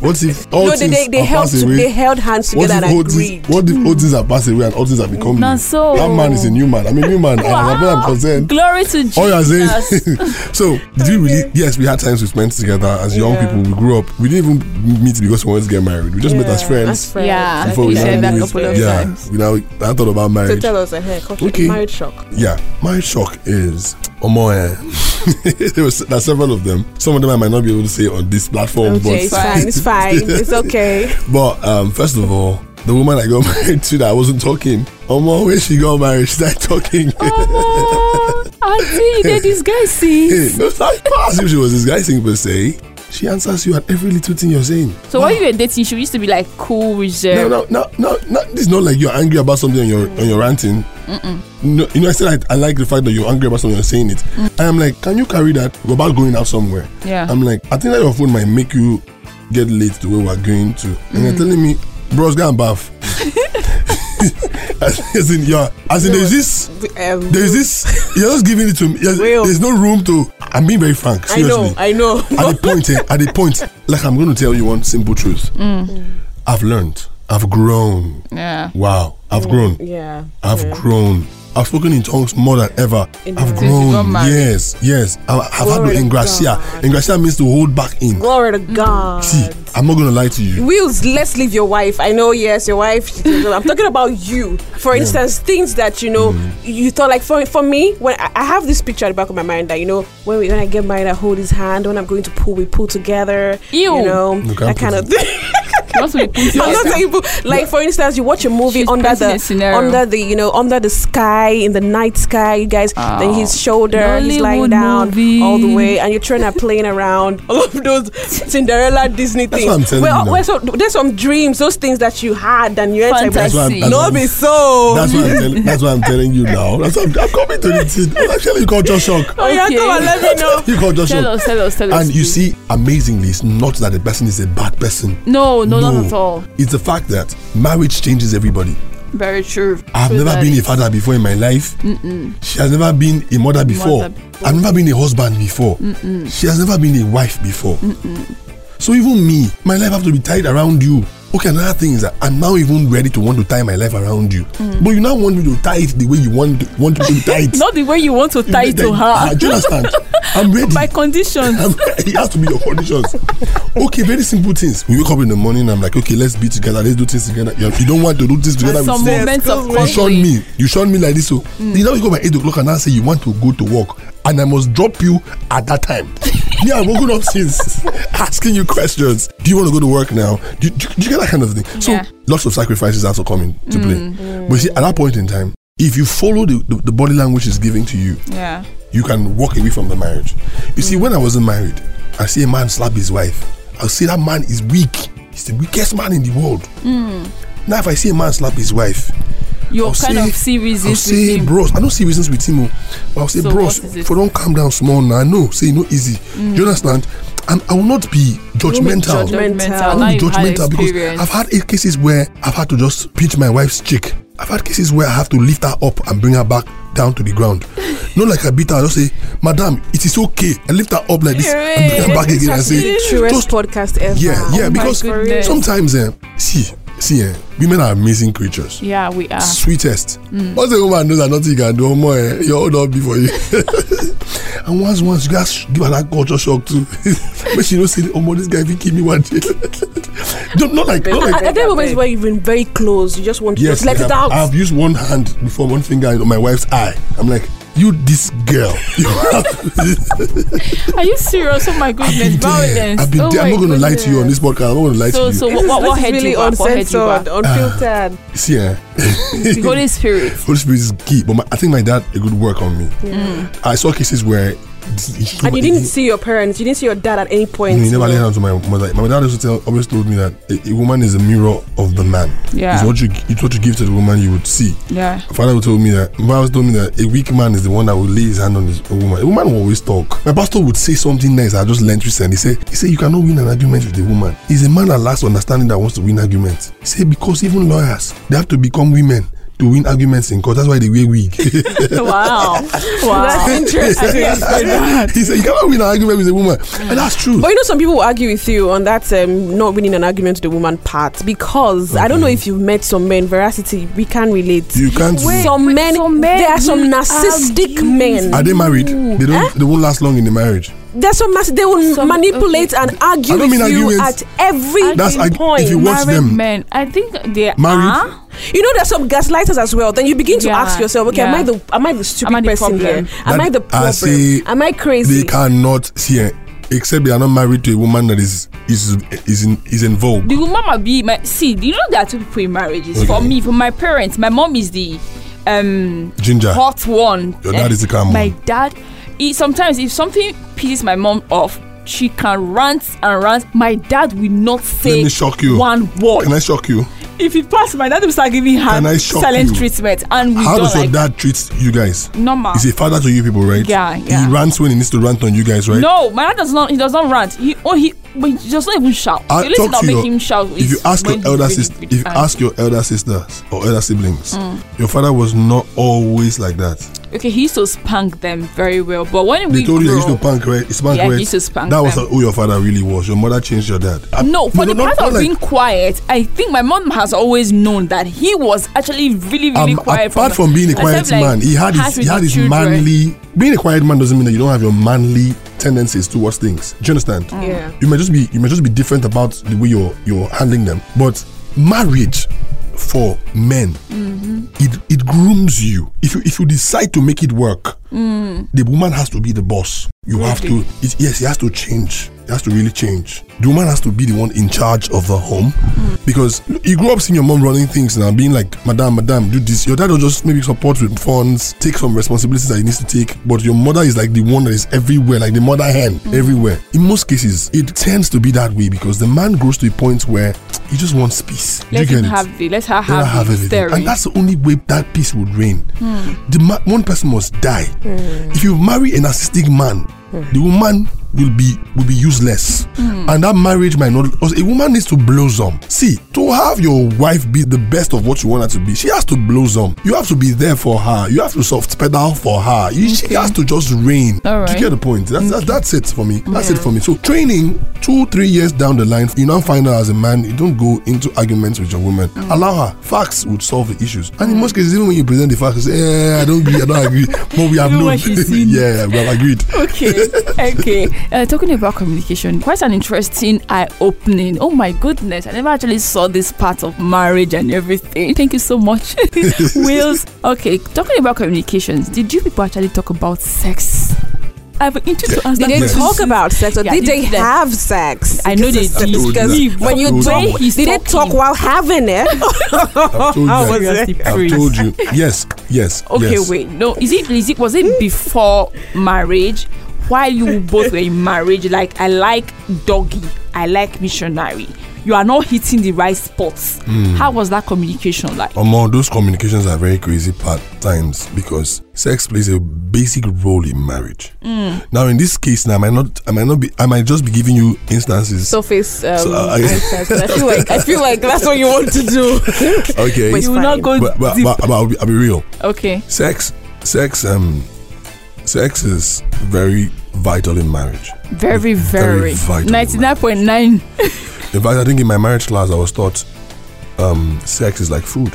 [SPEAKER 1] what if all
[SPEAKER 3] No, they,
[SPEAKER 1] things
[SPEAKER 3] they, they
[SPEAKER 1] are
[SPEAKER 3] held
[SPEAKER 1] passed
[SPEAKER 3] to,
[SPEAKER 1] away?
[SPEAKER 3] they held hands
[SPEAKER 1] What
[SPEAKER 3] together
[SPEAKER 1] if,
[SPEAKER 3] and
[SPEAKER 1] old things,
[SPEAKER 3] agreed. Mm.
[SPEAKER 1] what if old things are passed away and old things have become
[SPEAKER 2] Na
[SPEAKER 1] new?
[SPEAKER 2] so.
[SPEAKER 1] That man is a new man. I'm a new man. and Oh, as far as I'm concerned.
[SPEAKER 2] Glory to Jesus.
[SPEAKER 1] All you are saying. so, did we really? Yes, we had times we spent together as young
[SPEAKER 3] Yeah.
[SPEAKER 1] people. We grew up. We didn't even meet because we wanted to get married. We just met as friends.
[SPEAKER 2] Yeah.
[SPEAKER 1] Before we
[SPEAKER 2] You said
[SPEAKER 1] now
[SPEAKER 2] that
[SPEAKER 1] knew it-
[SPEAKER 2] couple of
[SPEAKER 1] yeah,
[SPEAKER 2] times.
[SPEAKER 1] we now I thought about
[SPEAKER 3] So
[SPEAKER 1] marriage.
[SPEAKER 3] tell us, uh, culture,
[SPEAKER 1] Okay.
[SPEAKER 3] marriage shock.
[SPEAKER 1] Yeah, my shock is Omo. eh, there was there are several of them. Some of them I might not be able to say on this platform,
[SPEAKER 3] Okay, it's
[SPEAKER 1] but
[SPEAKER 3] fine. It's fine. It's okay.
[SPEAKER 1] But um, first of all, the woman I got married to that I wasn't talking. Omo, when she got married, she started talking.
[SPEAKER 2] Oh, I See, you did this guy see.
[SPEAKER 1] Hey, no, it's not possible she was disguising per se. She answers you at every little thing you're saying.
[SPEAKER 2] So when you were dating, she used to be like cool,
[SPEAKER 1] No,
[SPEAKER 2] reserved.
[SPEAKER 1] no, no, no, no. It's not like you're angry about something and you're, and you're ranting. No, you know, I said I, I like the fact that you're angry about something and you're saying it.
[SPEAKER 3] Mm.
[SPEAKER 1] And I'm like, can you carry that? We're about going out somewhere.
[SPEAKER 2] Yeah.
[SPEAKER 1] I'm like, I think that your phone might make you get late to where we're going to. And
[SPEAKER 3] Mm.
[SPEAKER 1] you're telling me, bros, go and bath. as in, yeah, as in, there's this,
[SPEAKER 3] Um,
[SPEAKER 1] there's this, you're just giving it to me. There's,
[SPEAKER 3] Will.
[SPEAKER 1] there's no room to, I'm being very frank,
[SPEAKER 3] I
[SPEAKER 1] seriously
[SPEAKER 3] know, I know.
[SPEAKER 1] at the point, eh, at the point, like I'm going to tell you one simple truth.
[SPEAKER 2] Mm.
[SPEAKER 3] Mm.
[SPEAKER 1] I've learned. I've grown.
[SPEAKER 2] Yeah.
[SPEAKER 1] Wow, I've grown.
[SPEAKER 3] yeah.
[SPEAKER 1] I've grown. I've spoken in tongues more than ever. I've
[SPEAKER 2] you got
[SPEAKER 1] grown.
[SPEAKER 2] married.
[SPEAKER 1] Yes, yes. I- I've had
[SPEAKER 3] Glory
[SPEAKER 1] to
[SPEAKER 3] to
[SPEAKER 1] engracia.
[SPEAKER 3] God.
[SPEAKER 1] Engracia means to hold back in.
[SPEAKER 3] Glory to God.
[SPEAKER 1] See, I'm not going to lie to you.
[SPEAKER 3] Wheels, let's leave your wife. I know, yes, your wife. I'm talking about you. For instance, things that you know
[SPEAKER 1] Mm-hmm.
[SPEAKER 3] you thought like for for me when I, I have this picture at the back of my mind that you know when we when I get married, I hold his hand. When I'm going to pool, we pool together.
[SPEAKER 2] Ew.
[SPEAKER 3] You know
[SPEAKER 1] You can't
[SPEAKER 3] that kind
[SPEAKER 1] put
[SPEAKER 3] of thing.
[SPEAKER 2] Once we put
[SPEAKER 3] I'm not
[SPEAKER 2] together-
[SPEAKER 3] saying pool. Like for instance, you watch a movie
[SPEAKER 2] She's
[SPEAKER 3] under
[SPEAKER 2] painting a
[SPEAKER 3] the
[SPEAKER 2] scenario.
[SPEAKER 3] under the you know under the sky in the night sky. You guys, then his shoulder, he's lying
[SPEAKER 2] Nollywood
[SPEAKER 3] down
[SPEAKER 2] movie.
[SPEAKER 3] all the way, and you're trying to playing around. All of those Cinderella Disney
[SPEAKER 1] That's
[SPEAKER 3] things.
[SPEAKER 1] what I'm telling
[SPEAKER 3] Well,
[SPEAKER 1] you now.
[SPEAKER 3] well, so there's some dreams, those things that you had and you had
[SPEAKER 1] That's
[SPEAKER 2] Fantasy.
[SPEAKER 3] to
[SPEAKER 1] why I'm,
[SPEAKER 2] See.
[SPEAKER 1] that's why
[SPEAKER 3] no
[SPEAKER 1] I'm-
[SPEAKER 3] be so.
[SPEAKER 1] that's why I'm telling. That's why I'm telling you now. That's why I'm, I'm coming to the teeth. Actually, you culture shock.
[SPEAKER 3] oh yeah,
[SPEAKER 2] Okay.
[SPEAKER 3] come and let me know.
[SPEAKER 1] You culture
[SPEAKER 2] Tell
[SPEAKER 1] shock.
[SPEAKER 2] us, tell us, tell us.
[SPEAKER 1] And you
[SPEAKER 2] please.
[SPEAKER 1] see, amazingly, it's not that the person is a bad person.
[SPEAKER 2] No, no, not at all.
[SPEAKER 1] It's the fact that marriage changes everybody.
[SPEAKER 2] Very true.
[SPEAKER 1] I've
[SPEAKER 2] True
[SPEAKER 1] never
[SPEAKER 2] that
[SPEAKER 1] been a
[SPEAKER 2] is.
[SPEAKER 1] father before in my life. She has never been a mother before.
[SPEAKER 2] Mother
[SPEAKER 1] I've never been a husband before. She has never been a wife before. So even me, my life have to be tied around you. Okay, another thing is that I'm now even ready to want to tie my life around you. But you now want me to tie it the way you want to, want to be tied.
[SPEAKER 2] Mm. Not the way you want to tie it to
[SPEAKER 1] Ah,
[SPEAKER 2] her.
[SPEAKER 1] Do you understand? I'm ready.
[SPEAKER 2] By conditions.
[SPEAKER 1] I'm- it has to be your conditions. okay, very simple things. We wake up in the morning. I'm like, okay, let's be together. Let's do things together. You you don't want to do things together.
[SPEAKER 2] And some
[SPEAKER 1] with me.
[SPEAKER 2] moments of
[SPEAKER 1] You shun
[SPEAKER 2] conflict. Mm.
[SPEAKER 1] me. You shun me like this. So you now you go by eight o'clock and now say you want to go to work, and I must drop you at that time. yeah, I've woken up since asking you questions. Do you want to go to work now? Do, you- do you- do you get that kind of thing? So
[SPEAKER 2] Yeah. Mm.
[SPEAKER 1] lots of sacrifices also come in to play. But you see, at that point in time, if you follow the, the, the body language is giving to you,
[SPEAKER 2] Yeah.
[SPEAKER 1] you can walk away from the marriage. You see, when I wasn't married, I see a man slap his wife. I'll say that man is weak. He's the weakest man in the world. Now, if I see a man slap his wife,
[SPEAKER 2] You're
[SPEAKER 1] I'll
[SPEAKER 2] Hmm. kind
[SPEAKER 1] say,
[SPEAKER 2] of see
[SPEAKER 1] I'll
[SPEAKER 2] reasons
[SPEAKER 1] say,
[SPEAKER 2] with him.
[SPEAKER 1] bros, I don't see reasons with him. oh. But I'll say,
[SPEAKER 2] So
[SPEAKER 1] bros,
[SPEAKER 2] what is it? Hmm.
[SPEAKER 1] for don't calm down small now. No, say, you know, easy. Do you understand? And I will not be judgmental.
[SPEAKER 3] judgmental.
[SPEAKER 1] I will
[SPEAKER 2] Judgmental. Now
[SPEAKER 1] not be judgmental
[SPEAKER 2] you've had
[SPEAKER 1] because
[SPEAKER 2] experience.
[SPEAKER 1] I've had eight cases where I've had to just pinch my wife's cheek. I've had cases where I have to lift her up and bring her back down to the ground. Not like I beat her, I just say, Madam, it is okay. I lift her up like this and bring her back again and say,
[SPEAKER 3] the truest
[SPEAKER 1] just
[SPEAKER 3] podcast ever.
[SPEAKER 1] yeah, yeah,
[SPEAKER 2] Oh my
[SPEAKER 1] because
[SPEAKER 2] goodness.
[SPEAKER 1] sometimes, eh, see, see, eh, women are amazing creatures.
[SPEAKER 2] Yeah, we are.
[SPEAKER 1] Sweetest.
[SPEAKER 2] Mm.
[SPEAKER 1] Once a woman knows that nothing can do more, eh, your own up before you. and once, once, you guys give her that culture shock too. but she don't say, oh, my, this guy will kill me one day. Don't- not like, not like
[SPEAKER 3] At there are moments where you've been very close. You just want to
[SPEAKER 1] Yes,
[SPEAKER 3] just let
[SPEAKER 1] like
[SPEAKER 3] it
[SPEAKER 1] I've,
[SPEAKER 3] out.
[SPEAKER 1] I've used one hand before, one finger on my wife's eye. I'm like, you, this girl. You have-
[SPEAKER 2] Are you serious? Oh my
[SPEAKER 1] I've
[SPEAKER 2] goodness,
[SPEAKER 1] been there.
[SPEAKER 2] violence.
[SPEAKER 1] I've been
[SPEAKER 2] oh
[SPEAKER 1] there. I'm
[SPEAKER 2] my
[SPEAKER 1] not going to lie
[SPEAKER 2] goodness.
[SPEAKER 1] to you on this podcast. I'm not going to lie to
[SPEAKER 2] So,
[SPEAKER 1] you.
[SPEAKER 2] so
[SPEAKER 3] This
[SPEAKER 2] what,
[SPEAKER 3] is-
[SPEAKER 2] what,
[SPEAKER 3] this
[SPEAKER 2] what
[SPEAKER 3] is
[SPEAKER 2] head
[SPEAKER 3] really
[SPEAKER 2] you are? What head you
[SPEAKER 3] uncensored,
[SPEAKER 2] are?
[SPEAKER 3] unfiltered.
[SPEAKER 1] See, eh?
[SPEAKER 2] The Holy Spirit.
[SPEAKER 1] Holy Spirit is key, but my, I think my dad a good work on me. I saw cases where he- he-
[SPEAKER 3] and you didn't
[SPEAKER 1] he-
[SPEAKER 3] see your parents. You didn't see your dad at any point.
[SPEAKER 1] No, he never
[SPEAKER 3] you
[SPEAKER 1] laid
[SPEAKER 3] know.
[SPEAKER 1] hands on my mother. My dad also tell, always told me that a, a woman is a mirror of the man.
[SPEAKER 2] Yeah.
[SPEAKER 1] It's what you it's what you give to the woman you would see.
[SPEAKER 2] Yeah.
[SPEAKER 1] My father told me that my father told me that a weak man is the one that will lay his hand on his a woman. A woman will always talk. My pastor would say something nice I just learned recently. He said he said you cannot win an argument with a woman. It's a man that lacks understanding that wants to win arguments. He said because even lawyers they have to become women to win arguments in court. That's why they wear wig.
[SPEAKER 2] Wow. Wow.
[SPEAKER 3] That's interesting.
[SPEAKER 1] he said you cannot win an argument with a woman. And that's true.
[SPEAKER 3] But you know, some people will argue with you on that um, not winning an argument to the woman part because I don't know if you've met some men. Veracity, we can relate.
[SPEAKER 1] You can't
[SPEAKER 3] some,
[SPEAKER 2] wait,
[SPEAKER 3] men,
[SPEAKER 2] some men
[SPEAKER 3] there are some
[SPEAKER 2] will
[SPEAKER 3] narcissistic
[SPEAKER 2] argue.
[SPEAKER 3] men.
[SPEAKER 1] Are they married? They don't.
[SPEAKER 2] Eh?
[SPEAKER 1] They won't last long in the marriage.
[SPEAKER 3] There's some mass, they will
[SPEAKER 2] Some-
[SPEAKER 3] manipulate and argue
[SPEAKER 1] I don't
[SPEAKER 3] with
[SPEAKER 1] mean
[SPEAKER 3] you
[SPEAKER 1] arguments.
[SPEAKER 3] at every
[SPEAKER 1] That's argu- if
[SPEAKER 3] point.
[SPEAKER 1] you watch
[SPEAKER 2] Married
[SPEAKER 1] them.
[SPEAKER 2] men. I think they
[SPEAKER 1] Married?
[SPEAKER 2] are.
[SPEAKER 3] You know, there's some gaslighters as well. Then you begin to
[SPEAKER 2] Yeah,
[SPEAKER 3] ask yourself, okay, am
[SPEAKER 2] yeah.
[SPEAKER 3] I the am I the stupid
[SPEAKER 2] Am I the
[SPEAKER 3] person
[SPEAKER 2] problem?
[SPEAKER 3] here? Am
[SPEAKER 1] That-
[SPEAKER 3] I the
[SPEAKER 1] I
[SPEAKER 3] problem?
[SPEAKER 1] see
[SPEAKER 3] am I
[SPEAKER 1] They
[SPEAKER 3] crazy?
[SPEAKER 1] cannot see it, except they are not married to a woman that is is is in, is in vogue.
[SPEAKER 2] The woman might be my see. You know there are two people in marriages. For
[SPEAKER 1] Okay.
[SPEAKER 2] me, for my parents, my mom is the. um
[SPEAKER 1] Ginger.
[SPEAKER 2] hot one.
[SPEAKER 1] Your
[SPEAKER 2] Eh,
[SPEAKER 1] dad is a calm
[SPEAKER 2] My
[SPEAKER 1] one.
[SPEAKER 2] dad, he, sometimes if something pisses my mom off, she can rant and rant. My dad will not say
[SPEAKER 1] Let me shock you.
[SPEAKER 2] one word.
[SPEAKER 1] Can I shock you?
[SPEAKER 2] if it passes, my dad will start giving her
[SPEAKER 1] Can I shock
[SPEAKER 2] silent
[SPEAKER 1] you?
[SPEAKER 2] treatment, and we
[SPEAKER 1] How
[SPEAKER 2] don't
[SPEAKER 1] does your
[SPEAKER 2] like
[SPEAKER 1] dad treat you guys?
[SPEAKER 2] normal.
[SPEAKER 1] He's a father to you people, right?
[SPEAKER 2] Yeah, yeah.
[SPEAKER 1] He rants when he needs to rant on you guys, right?
[SPEAKER 2] No, my dad does not. He does not rant. He oh he, but he does not even shout.
[SPEAKER 1] I
[SPEAKER 2] the only thing
[SPEAKER 1] talk
[SPEAKER 2] that
[SPEAKER 1] to
[SPEAKER 2] make
[SPEAKER 1] your-
[SPEAKER 2] him shout is
[SPEAKER 1] if you ask your
[SPEAKER 2] when
[SPEAKER 1] elder
[SPEAKER 2] he's really,
[SPEAKER 1] sister,
[SPEAKER 2] really
[SPEAKER 1] if you
[SPEAKER 2] angry. Mm.
[SPEAKER 1] ask your elder sisters or elder siblings, your father was not always like that.
[SPEAKER 2] Okay, he used to spank them very well, but when
[SPEAKER 1] They
[SPEAKER 2] we
[SPEAKER 1] told you
[SPEAKER 2] grew
[SPEAKER 1] they used to
[SPEAKER 2] up-
[SPEAKER 1] punk, right? It's punk,
[SPEAKER 2] Yeah, he
[SPEAKER 1] right?
[SPEAKER 2] used to spank
[SPEAKER 1] That was
[SPEAKER 2] them.
[SPEAKER 1] who your father really was. Your mother changed your dad. I-
[SPEAKER 2] No, for the
[SPEAKER 1] not-
[SPEAKER 2] part
[SPEAKER 1] not
[SPEAKER 2] of
[SPEAKER 1] like-
[SPEAKER 2] being quiet, I think my mom has always known that he was actually really, really
[SPEAKER 1] um,
[SPEAKER 2] quiet.
[SPEAKER 1] apart from being a quiet
[SPEAKER 2] except, like,
[SPEAKER 1] man, he had
[SPEAKER 2] has
[SPEAKER 1] his he
[SPEAKER 2] with
[SPEAKER 1] had
[SPEAKER 2] the
[SPEAKER 1] his
[SPEAKER 2] children.
[SPEAKER 1] manly. Being a quiet man doesn't mean that you don't have your manly tendencies towards things. Do you understand?
[SPEAKER 2] Mm.
[SPEAKER 3] Yeah.
[SPEAKER 1] You may just be you may just be different about the way you're you're handling them. But marriage for men,
[SPEAKER 2] Mm-hmm.
[SPEAKER 1] it it grooms you. If you if you decide to make it work, the woman has to be the boss. You have to it, yes, he has to change. He has to really change. The woman has to be the one in charge of the home
[SPEAKER 2] Mm.
[SPEAKER 1] because you grow up seeing your mom running things now, being like, "Madam, madam, do this." Your dad will just maybe support with funds, take some responsibilities that he needs to take, but your mother is like the one that is everywhere, like the mother hen
[SPEAKER 2] Mm.
[SPEAKER 1] everywhere. In most cases, it tends to be that way because the man grows to a point where he just wants peace. Do
[SPEAKER 2] Let
[SPEAKER 1] you
[SPEAKER 2] him
[SPEAKER 1] get it?
[SPEAKER 2] have the let her
[SPEAKER 1] Let her
[SPEAKER 2] have,
[SPEAKER 1] have
[SPEAKER 2] the
[SPEAKER 1] everything.
[SPEAKER 2] theory.
[SPEAKER 1] And that's the only way that peace would reign.
[SPEAKER 2] Hmm.
[SPEAKER 1] The ma- one person must die. If you marry a narcissistic man,
[SPEAKER 2] Hmm.
[SPEAKER 1] the woman will be will be useless, and that marriage might not. also, A woman needs to blossom. See, to have your wife be the best of what you want her to be, she has to blossom. You have to be there for her. You have to soft pedal for her. You- She has to just reign.
[SPEAKER 2] All
[SPEAKER 1] Do you
[SPEAKER 2] right.
[SPEAKER 1] get the point? That's that's, that's it for me. That's it for me. So training two three years down the line, you now find out as a man, you don't go into arguments with your woman. Allow her. Facts would solve the issues. And in most cases, even when you present the facts, you say, "Eh, I don't agree. I don't agree." But we have
[SPEAKER 2] Even
[SPEAKER 1] known.
[SPEAKER 2] when she's seen it.
[SPEAKER 1] yeah, we have agreed.
[SPEAKER 2] okay okay uh, talking about communication quite an interesting eye-opening oh my goodness i never actually saw this part of marriage and everything thank you so much wills okay talking about communications did you people actually talk about sex i've been into to ask that
[SPEAKER 3] Did they
[SPEAKER 1] Yes.
[SPEAKER 2] question.
[SPEAKER 3] talk about sex or
[SPEAKER 2] Yeah,
[SPEAKER 3] did
[SPEAKER 2] did
[SPEAKER 3] they
[SPEAKER 2] they-
[SPEAKER 3] have sex?
[SPEAKER 2] I know they
[SPEAKER 3] Because-
[SPEAKER 2] did.
[SPEAKER 1] I told you
[SPEAKER 3] Because
[SPEAKER 1] that.
[SPEAKER 3] when
[SPEAKER 1] I
[SPEAKER 3] you
[SPEAKER 1] told
[SPEAKER 3] talk,
[SPEAKER 1] you
[SPEAKER 2] that.
[SPEAKER 3] did they talk
[SPEAKER 2] Talking.
[SPEAKER 3] while having it?
[SPEAKER 1] I've told
[SPEAKER 3] How
[SPEAKER 1] you.
[SPEAKER 3] was
[SPEAKER 1] that.
[SPEAKER 3] it?
[SPEAKER 1] I've
[SPEAKER 2] Priest.
[SPEAKER 1] told you. Yes, yes.
[SPEAKER 2] okay
[SPEAKER 1] yes.
[SPEAKER 2] wait no is it is it was it before marriage while you both were in marriage like i like doggy i like missionary you are not hitting the right spots
[SPEAKER 1] Hmm.
[SPEAKER 2] how was that communication like
[SPEAKER 1] Among those communications are very crazy part times because sex plays a basic role in marriage. Now, in this case, now I might not, I might not be, I might just be giving you instances.
[SPEAKER 3] Surface. Um,
[SPEAKER 1] So, uh, I-
[SPEAKER 3] answers. I feel like I feel like that's what you want to do.
[SPEAKER 1] okay,
[SPEAKER 3] But
[SPEAKER 2] you will not
[SPEAKER 3] fine.
[SPEAKER 2] go
[SPEAKER 1] but, but,
[SPEAKER 2] deep.
[SPEAKER 1] but, but I'll, be, I'll be real.
[SPEAKER 2] okay
[SPEAKER 1] Sex, sex, um, sex is very vital in marriage.
[SPEAKER 2] very
[SPEAKER 1] Very
[SPEAKER 2] very
[SPEAKER 1] vital.
[SPEAKER 2] 99.9
[SPEAKER 1] In fact, I think in my marriage class, I was taught um, sex is like food.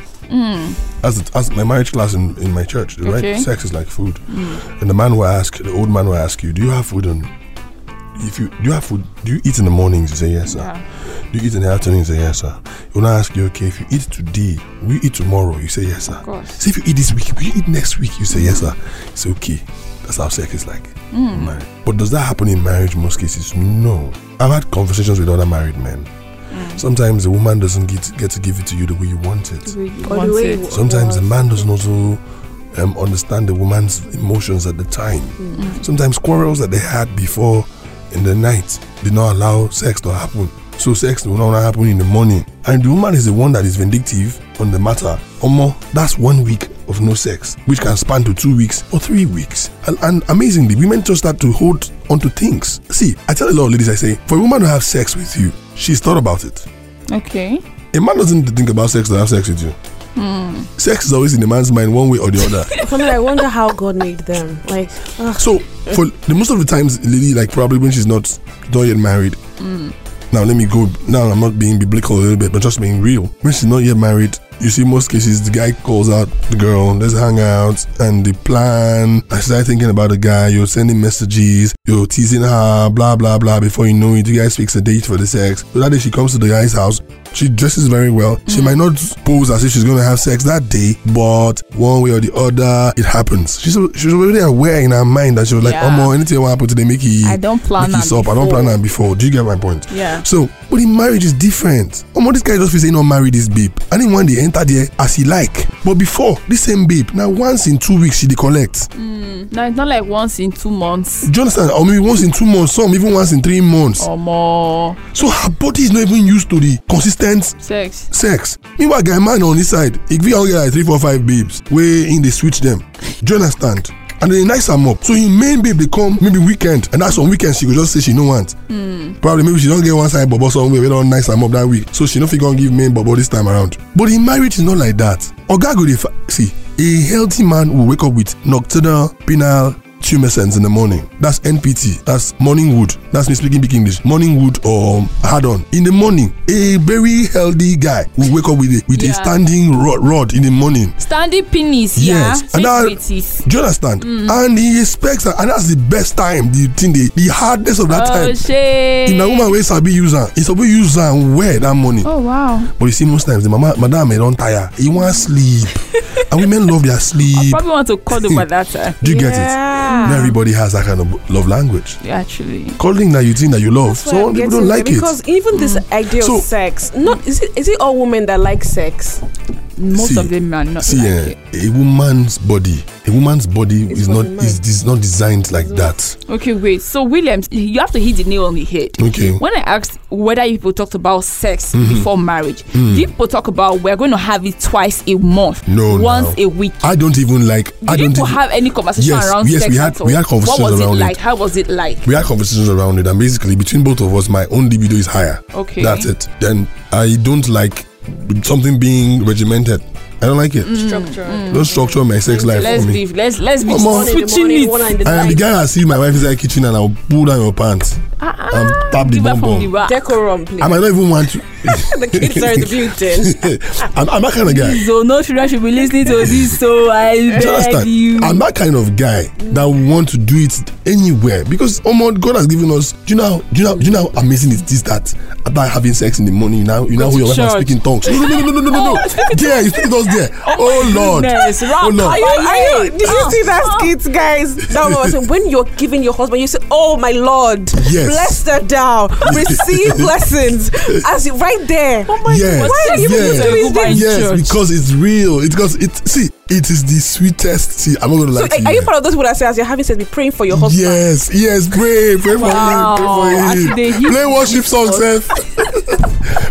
[SPEAKER 1] As, it, as my marriage class in, in my church, right?
[SPEAKER 2] Okay.
[SPEAKER 1] Sex is like food. And the man will ask, the old man will ask you, do you have food on? If you do you have food, do you eat in the mornings? You say yes, sir. Do you eat in the afternoon? You say yes, sir. He will now ask you, okay, if you eat today, will you eat tomorrow? You say yes, sir.
[SPEAKER 2] course.
[SPEAKER 1] Say if you eat this week, will you eat next week? You say yes, sir. It's okay. That's how sex is like. in marriage. But does that happen in marriage? in Most cases, no. I've had conversations with other married men. Sometimes the woman doesn't get, get to give it to you the way you want it.
[SPEAKER 3] Or the way
[SPEAKER 2] Wanted.
[SPEAKER 3] you-
[SPEAKER 1] Sometimes the man doesn't also um, understand the woman's emotions at the time. Sometimes quarrels that they had before in the night did not allow sex to happen. So sex will not happen in the morning. And the woman is the one that is vindictive on the matter. Or more, that's one week of no sex, which can span to two weeks or three weeks. And, and amazingly, women just start to hold onto things. See, I tell a lot of ladies, I say, for a woman to have sex with you, she's thought about it.
[SPEAKER 2] okay
[SPEAKER 1] A man doesn't think about sex to have sex with you. Sex is always in the man's mind, one way or the other.
[SPEAKER 3] Sometimes I wonder how God made them. Like, ugh.
[SPEAKER 1] so, for the most of the times, a lady, like probably when she's not not yet married. Now let me go. Now I'm not being biblical a little bit, but just being real. When she's not yet married, you see most cases the guy calls out the girl, let's hang out, and the plan. I start thinking about the guy. You're sending messages, you're teasing her, blah blah blah. Before you know it, you guys fix a date for the sex. So that day she comes to the guy's house, she dresses very well. She
[SPEAKER 2] Mm.
[SPEAKER 1] might not pose as if she's going to have sex that day, but one way or the other, it happens. She's she's already aware in her mind that she was like,
[SPEAKER 2] Yeah.
[SPEAKER 1] oh more anything will happen today, make it.
[SPEAKER 2] I don't plan
[SPEAKER 1] make it
[SPEAKER 2] am
[SPEAKER 1] stop. I don't
[SPEAKER 2] before."
[SPEAKER 1] plan am before. Do you get my point?
[SPEAKER 2] Yeah.
[SPEAKER 1] So, but in marriage is different. Omo, this guy just feel say he not marry this babe, and then one day enter there as he like. But before, this same babe, now once in two weeks, she dey collect.
[SPEAKER 3] Mm-hmm.
[SPEAKER 2] Now it's not like once in two months
[SPEAKER 1] Do you understand? Or maybe once in two months, some even once in three months.
[SPEAKER 2] or more
[SPEAKER 1] So her body is not even used to the consistent
[SPEAKER 2] sex.
[SPEAKER 1] sex. Meanwhile, guy man on this side, if we all get like three, four, five babes, where in they switch them. Do you understand? And then they nice am up. So in main babe they come maybe weekend, and that's on weekend she go just say she no want. Probably maybe she don't get one side bobo somewhere wey don nice am up that week, so she no fit come give main bobo this time around. But in marriage is not like that. Oga go dey fi- see a healthy man will wake up with nocturnal penile tumescence in the morning. That's NPT. That's morning wood. That's me speaking big English. Morning wood or um, hard on. In the morning, a very healthy guy will wake up with a, with a
[SPEAKER 2] Yeah.
[SPEAKER 1] standing rod, rod in the morning.
[SPEAKER 2] Standing penis, yeah.
[SPEAKER 1] Yes, and that-
[SPEAKER 2] Sweet penis.
[SPEAKER 1] Do you understand?
[SPEAKER 2] Mm.
[SPEAKER 1] And he expects, and that's the best time. The thing, the, the hardness of that
[SPEAKER 2] Oh
[SPEAKER 1] time.
[SPEAKER 2] shit.
[SPEAKER 1] If na woman wey sabi use am, e suppose use am well that morning.
[SPEAKER 2] Oh wow.
[SPEAKER 1] But you see most times the mama madam eh don tire, e wan sleep and women love their sleep.
[SPEAKER 2] Probably want to cuddle by that time.
[SPEAKER 1] Do you get it?
[SPEAKER 3] yeah.
[SPEAKER 1] Not everybody has that kind of love language.
[SPEAKER 2] Actually.
[SPEAKER 1] Calling na you think that you love,
[SPEAKER 3] That's why
[SPEAKER 1] some
[SPEAKER 3] I'm
[SPEAKER 1] people don't
[SPEAKER 3] getting there,
[SPEAKER 1] like it.
[SPEAKER 3] because even this idea
[SPEAKER 1] So-
[SPEAKER 3] of sex, not is it is it all women that like sex?
[SPEAKER 2] Most
[SPEAKER 1] See,
[SPEAKER 2] of them are not
[SPEAKER 1] See,
[SPEAKER 2] like
[SPEAKER 1] eh,
[SPEAKER 2] it.
[SPEAKER 1] a woman's body, a woman's body
[SPEAKER 3] It's
[SPEAKER 1] is
[SPEAKER 3] for
[SPEAKER 1] not
[SPEAKER 3] the
[SPEAKER 1] is, is not designed like that.
[SPEAKER 2] Okay, wait. So Williams, you have to hit the nail on the head.
[SPEAKER 1] Okay. Mm-hmm.
[SPEAKER 2] When I asked whether you people talked about sex before marriage, people talk about we're going to have it twice a month,
[SPEAKER 1] No,
[SPEAKER 2] once
[SPEAKER 1] no.
[SPEAKER 2] a week.
[SPEAKER 1] I don't even like. I
[SPEAKER 2] Did you
[SPEAKER 1] don't.
[SPEAKER 2] people
[SPEAKER 1] Even,
[SPEAKER 2] have any conversation
[SPEAKER 1] Yes,
[SPEAKER 2] around
[SPEAKER 1] yes,
[SPEAKER 2] sex?
[SPEAKER 1] we had-
[SPEAKER 2] at all?
[SPEAKER 1] we had
[SPEAKER 2] What
[SPEAKER 1] conversations
[SPEAKER 2] was
[SPEAKER 1] around
[SPEAKER 2] it
[SPEAKER 1] it.
[SPEAKER 2] like? How was it like?
[SPEAKER 1] we had conversations around it, and basically between both of us, my own libido is higher.
[SPEAKER 2] Okay.
[SPEAKER 1] That's it. Then I don't like something being regimented. I don't like it. Mm.
[SPEAKER 3] Structure.
[SPEAKER 1] Don't structure my sex life
[SPEAKER 2] Mm. Let's
[SPEAKER 1] for me.
[SPEAKER 2] be let's let's be
[SPEAKER 1] Come on.
[SPEAKER 3] One in the
[SPEAKER 2] switching
[SPEAKER 3] morning,
[SPEAKER 2] it.
[SPEAKER 3] one in the
[SPEAKER 1] I am the
[SPEAKER 3] night.
[SPEAKER 1] guy that see my wife inside kitchen and I'll pull down your pants
[SPEAKER 2] Ah,
[SPEAKER 1] and Um, tap the
[SPEAKER 2] give her
[SPEAKER 1] bum
[SPEAKER 2] from the
[SPEAKER 1] bum.
[SPEAKER 2] back.
[SPEAKER 3] Decorum, please.
[SPEAKER 1] I might not even want to.
[SPEAKER 3] the kids are in the building.
[SPEAKER 1] I'm, I'm that kind of guy.
[SPEAKER 2] So no children should be listening to this. So I
[SPEAKER 1] Do you
[SPEAKER 2] beg you.
[SPEAKER 1] understand? I'm that kind of guy that would want to do it anywhere because oh my God has given us. Do you know? Do you know? Do you know how amazing it is that about having sex in the morning? You now, you now,
[SPEAKER 2] Go
[SPEAKER 1] who your
[SPEAKER 2] to
[SPEAKER 1] wife and
[SPEAKER 2] church. Oh.
[SPEAKER 1] speaking tongues. No, no, no, no, no, no, no, no. Yeah, you speak those there. Oh Lord.
[SPEAKER 2] goodness,
[SPEAKER 1] Oh
[SPEAKER 2] Rock,
[SPEAKER 1] Lord.
[SPEAKER 3] Are you, are
[SPEAKER 2] Yeah.
[SPEAKER 3] you, did you
[SPEAKER 2] Ah,
[SPEAKER 3] see that
[SPEAKER 2] ah.
[SPEAKER 3] skit, guys? That one was when you're giving your husband, you say, "Oh my Lord,
[SPEAKER 1] Yes.
[SPEAKER 3] bless her down, receive blessings." As you- right there,
[SPEAKER 2] Oh my
[SPEAKER 1] Yes,
[SPEAKER 2] God,
[SPEAKER 1] Why
[SPEAKER 2] sex
[SPEAKER 1] are you
[SPEAKER 2] people
[SPEAKER 1] yes,
[SPEAKER 2] say we go in
[SPEAKER 1] yes,
[SPEAKER 2] church.
[SPEAKER 1] because it's real. It's because it. See, it is the sweetest. See, I'm not gonna lie
[SPEAKER 3] so
[SPEAKER 1] to
[SPEAKER 3] are,
[SPEAKER 1] you.
[SPEAKER 3] are you part of those people that say, "As you're having sex, be praying for your husband"?
[SPEAKER 1] Yes, yes, pray, pray
[SPEAKER 2] Wow.
[SPEAKER 1] for him,
[SPEAKER 2] Actually,
[SPEAKER 1] pray
[SPEAKER 2] they
[SPEAKER 1] for him.
[SPEAKER 2] hit
[SPEAKER 1] Play worship song, Seth.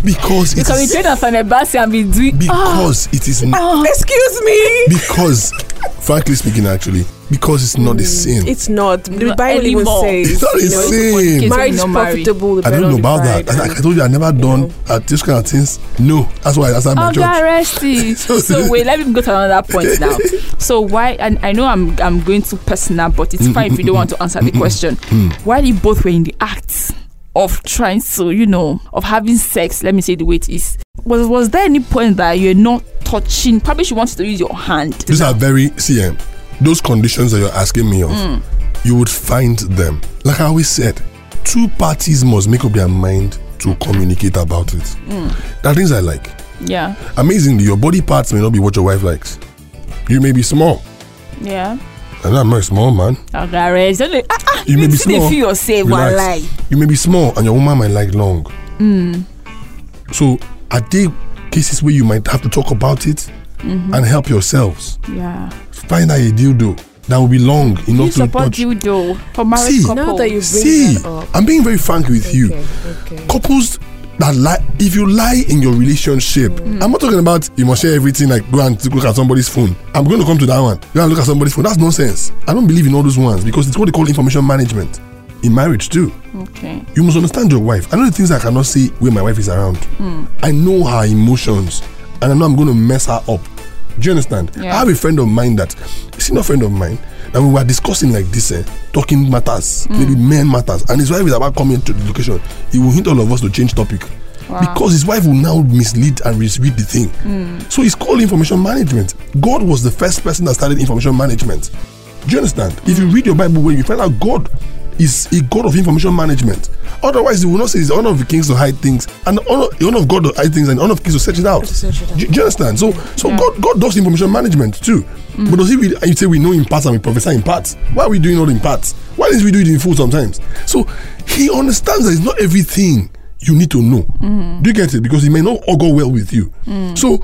[SPEAKER 1] because it
[SPEAKER 2] Because we
[SPEAKER 1] is,
[SPEAKER 2] train us on a bus and we do it.
[SPEAKER 1] because it is n-
[SPEAKER 3] Ah. Excuse me.
[SPEAKER 1] because, frankly speaking, actually, because it's not the same.
[SPEAKER 3] It's not. The
[SPEAKER 2] Not
[SPEAKER 3] Bible even
[SPEAKER 2] anymore.
[SPEAKER 3] says
[SPEAKER 1] It's not the
[SPEAKER 3] you know,
[SPEAKER 1] same.
[SPEAKER 2] It's
[SPEAKER 3] Marriage is
[SPEAKER 2] not married.
[SPEAKER 3] profitable. the
[SPEAKER 1] I
[SPEAKER 3] better
[SPEAKER 1] don't know
[SPEAKER 3] the
[SPEAKER 1] about that.
[SPEAKER 3] bride.
[SPEAKER 1] I, I told you I never done uh, this kind of things. No, that's why I started my
[SPEAKER 2] Oh, God,
[SPEAKER 1] church.
[SPEAKER 2] resty. so wait, let me go to another point now. So why? And I know I'm I'm going too personal, but it's
[SPEAKER 1] Mm,
[SPEAKER 2] fine if you don't want to answer the question. Why you both were in the act of trying to, you know, of having sex? Let me say the way it is. Was was there any point that you're not touching? Probably she wanted to use your hand.
[SPEAKER 1] These are very CM. Those conditions that you're asking me of, you would find them. Like I always said, two parties must make up their mind to communicate about it. There are things I like.
[SPEAKER 2] Yeah,
[SPEAKER 1] Amazingly, your body parts may not be what your wife likes. You may be small.
[SPEAKER 2] yeah.
[SPEAKER 1] And I'm not a small man.
[SPEAKER 2] Oh, God, rest. Don't they- ah, ah,
[SPEAKER 1] You may be
[SPEAKER 2] see they
[SPEAKER 1] small.
[SPEAKER 2] feel yourself,
[SPEAKER 1] Relax.
[SPEAKER 2] walai.
[SPEAKER 1] You may be small and your woman might like long. So are there cases where you might have to talk about it and help yourselves?
[SPEAKER 2] Yeah.
[SPEAKER 1] Find out a dildo that will be long
[SPEAKER 2] You
[SPEAKER 1] enough to
[SPEAKER 2] support
[SPEAKER 1] touch.
[SPEAKER 2] dildo for married
[SPEAKER 1] See,
[SPEAKER 2] couples.
[SPEAKER 3] Now that you bring
[SPEAKER 1] See,
[SPEAKER 3] that up,
[SPEAKER 1] I'm being very frank with you.
[SPEAKER 3] okay, okay.
[SPEAKER 1] Couples that lie, if you lie in your relationship, I'm not talking about you must share everything, like go and look at somebody's phone. I'm going to come to that one. Go and look at somebody's phone. That's nonsense. I don't believe in all those ones because it's what they call information management in marriage, too.
[SPEAKER 2] okay.
[SPEAKER 1] You must understand your wife. I know the things I cannot say when my wife is around. I know her emotions and I know I'm going to mess her up. Do you understand?
[SPEAKER 2] Yeah.
[SPEAKER 1] I have a friend of mine that, is not a friend of mine, that we were discussing like this, eh, talking matters, maybe men matters, and his wife is about coming to the location. He will hint all of us to change topic. Because his wife will now mislead and misread the thing. So it's called information management. God was the first person that started information management. Do you understand? If you read your Bible, when you find out God is a God of information management, otherwise you will not say it's the honor of the kings to hide things and the honor, the honor of God to hide things and the honor of kings to search it out.
[SPEAKER 3] search it out.
[SPEAKER 1] Do, you- do you understand? So, so God, God does information management too.
[SPEAKER 3] Mm.
[SPEAKER 1] But does he? Really, you say we know in parts and we prophesy in parts. Why are we doing all in parts? Why didn't we do it in full sometimes? So he understands that it's not everything you need to know. Do you get it? Because it may not all go well with you. So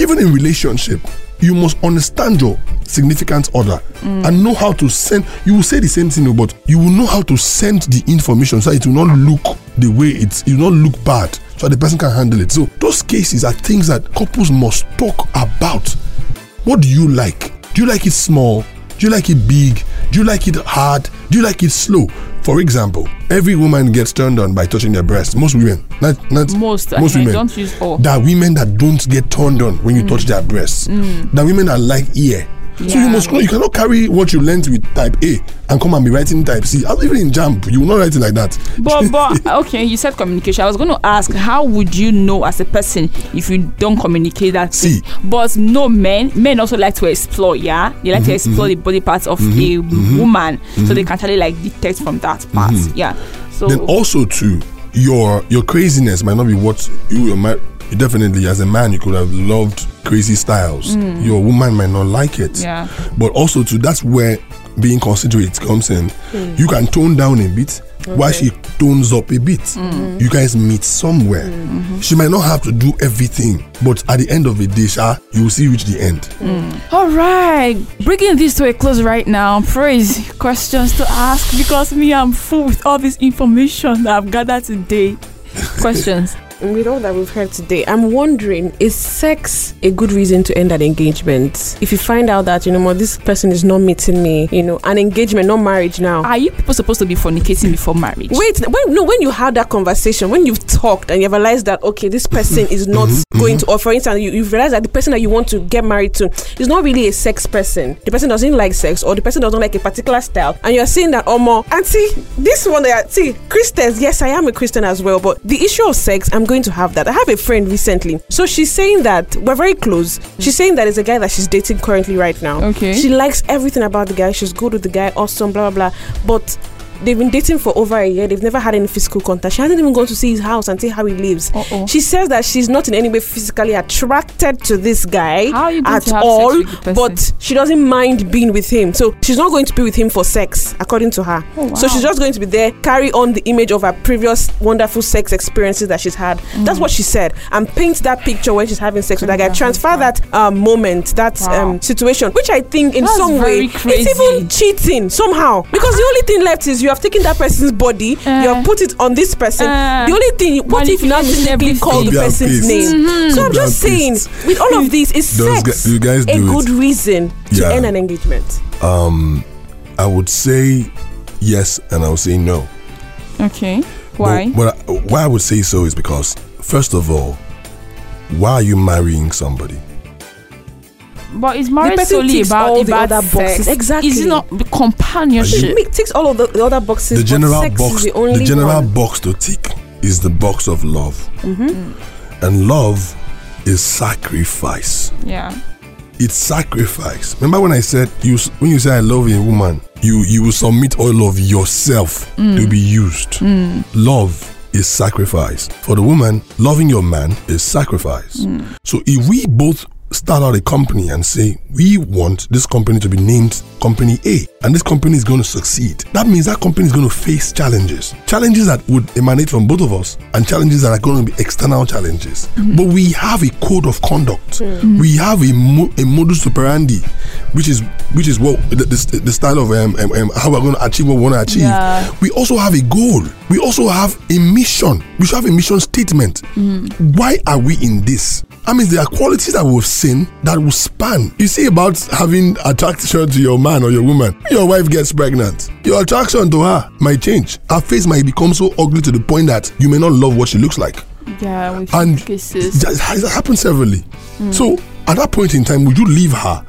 [SPEAKER 1] even in relationship you must understand your significant other and know how to send you will say the same thing but you will know how to send the information so that it will not look the way it's it will not look bad so that the person can handle it so those cases are things that couples must talk about what do you like do you like it small do you like it big do you like it hard do you like it slow for example every woman gets turned on by touching their breast most women not, not
[SPEAKER 2] Most, I-
[SPEAKER 1] most
[SPEAKER 2] I
[SPEAKER 1] women
[SPEAKER 2] don't use all. Mm.
[SPEAKER 1] there are women that don't get turned on when you touch their breasts. There are women that like ear. So you
[SPEAKER 2] Yeah.
[SPEAKER 1] must know you cannot carry what you learnt with type A and come and be writing type C. And Even in jump, you will not write it like that.
[SPEAKER 2] But but okay, you said communication. I was going to ask, how would you know as a person if you don't communicate that?
[SPEAKER 1] See.
[SPEAKER 2] thing? But no, men men also like to explore. Yeah,
[SPEAKER 1] Mm-hmm,
[SPEAKER 2] they like to explore the body parts of a woman, so they can actually like detect from that part. Yeah. So
[SPEAKER 1] Mm-hmm. then also too, your your craziness might not be what you your ma- you definitely as a man you could have loved crazy styles. Your woman might not like it.
[SPEAKER 2] Yeah.
[SPEAKER 1] But also too, that's where being considerate comes in. You can tone down a bit. While she tones up a bit, you guys meet somewhere. She might not have to do everything, but at the end of the day, sha, you will see reach the end.
[SPEAKER 2] All right, bringing this to a close right now. Praise questions to ask because me, I'm full with all this information that I've gathered today. Questions.
[SPEAKER 3] with all that we've heard today, I'm wondering is sex a good reason to end an engagement? If you find out that, you know, "Mo, this person is not meeting me, you know, an engagement, not marriage now.
[SPEAKER 2] Are you people supposed to be fornicating before marriage?
[SPEAKER 3] Wait, when, no, when you had that conversation, when you've talked and you've realized that, okay, this person is not going to, or for instance, you, you've realized that the person that you want to get married to is not really a sex person. The person doesn't like sex or the person doesn't like a particular style. And you're saying that, oh, more, auntie, this one, eh, see, Christians, yes, I am a Christian as well, but the issue of sex, I'm going to have that. I have a friend recently. So she's saying that we're very close. She's saying that it's a guy that she's dating currently right now.
[SPEAKER 2] Okay.
[SPEAKER 3] She likes everything about the guy. She's good with the guy, awesome, blah, blah, blah. But they've been dating for over a year. They've never had any physical contact. She hasn't even gone to see his house and see how he lives.
[SPEAKER 2] Uh-oh.
[SPEAKER 3] She says that she's not in any way physically attracted to this guy
[SPEAKER 2] How are you going
[SPEAKER 3] at
[SPEAKER 2] to have sex
[SPEAKER 3] all,
[SPEAKER 2] with the person?
[SPEAKER 3] but she doesn't mind being with him. So she's not going to be with him for sex, according to her.
[SPEAKER 2] Oh,
[SPEAKER 3] So
[SPEAKER 2] wow.
[SPEAKER 3] she's just going to be there, carry on the image of her previous wonderful sex experiences that she's had.
[SPEAKER 2] Mm.
[SPEAKER 3] That's what she said. And paint that picture when she's having sex with that guy. Transfer that um, moment, that
[SPEAKER 2] Wow.
[SPEAKER 3] um, situation, which I think in
[SPEAKER 2] That's
[SPEAKER 3] some
[SPEAKER 2] very
[SPEAKER 3] way
[SPEAKER 2] crazy.
[SPEAKER 3] it's even cheating somehow because the only thing left is you have taken that person's body
[SPEAKER 2] Eh.
[SPEAKER 3] you have put it on this person
[SPEAKER 2] Eh.
[SPEAKER 3] the only thing what if you now
[SPEAKER 2] Manipulating
[SPEAKER 3] physically call the
[SPEAKER 1] Could be
[SPEAKER 3] person's
[SPEAKER 1] artist.
[SPEAKER 3] name
[SPEAKER 2] Mm-hmm.
[SPEAKER 3] so i'm
[SPEAKER 1] Could be
[SPEAKER 3] just saying
[SPEAKER 1] artist.
[SPEAKER 3] with all of this is
[SPEAKER 1] Those
[SPEAKER 3] sex
[SPEAKER 1] gu- you guys
[SPEAKER 3] a
[SPEAKER 1] do it.
[SPEAKER 3] good reason to
[SPEAKER 1] Yeah.
[SPEAKER 3] end an engagement
[SPEAKER 1] Um, I would say yes, and I would say no.
[SPEAKER 2] Okay. Why?
[SPEAKER 1] But, but I- why I would say so is because, first of all, why are you marrying somebody?
[SPEAKER 2] But is marriage
[SPEAKER 3] person
[SPEAKER 2] solely
[SPEAKER 3] ticks
[SPEAKER 2] about
[SPEAKER 3] all the
[SPEAKER 2] about
[SPEAKER 3] other
[SPEAKER 2] sex?
[SPEAKER 3] boxes. Exactly.
[SPEAKER 2] Is it not the
[SPEAKER 1] Are
[SPEAKER 2] companionship?
[SPEAKER 3] it make- ticks all of the, the other boxes
[SPEAKER 1] The
[SPEAKER 3] but
[SPEAKER 1] general
[SPEAKER 3] sex
[SPEAKER 1] box,
[SPEAKER 3] is the,
[SPEAKER 1] the,
[SPEAKER 3] only
[SPEAKER 1] general
[SPEAKER 3] one. Mm-hmm.
[SPEAKER 1] box to tick is the box of love, and love is sacrifice.
[SPEAKER 2] Yeah.
[SPEAKER 1] It's sacrifice. Remember when I said you s- when you say I love a woman, you you will submit all of yourself
[SPEAKER 3] Mm.
[SPEAKER 1] to be used. Love is sacrifice. For the woman, loving your man is sacrifice. So if we both start out a company and say we want this company to be named company A and this company is going to succeed that means that company is going to face challenges challenges that would emanate from both of us and challenges that are going to be external challenges but we have a code of conduct we have a, mo- a modus operandi which is which is what the, the, the style of um, um, um, how we're going to achieve what we want to achieve
[SPEAKER 2] Yeah.
[SPEAKER 1] we also have a goal. We also have a mission. We should have a mission statement.
[SPEAKER 3] Mm.
[SPEAKER 1] Why are we in this? I mean, there are qualities that we've seen that will span. You see about having attraction to your man or your woman. Your wife gets pregnant. Your attraction to her might change. Her face might become so ugly to the point that you may not love what she looks like
[SPEAKER 2] Yeah. With
[SPEAKER 1] and
[SPEAKER 2] kisses.
[SPEAKER 1] it has happened severally.
[SPEAKER 3] Mm.
[SPEAKER 1] So at that point in time, would you leave her?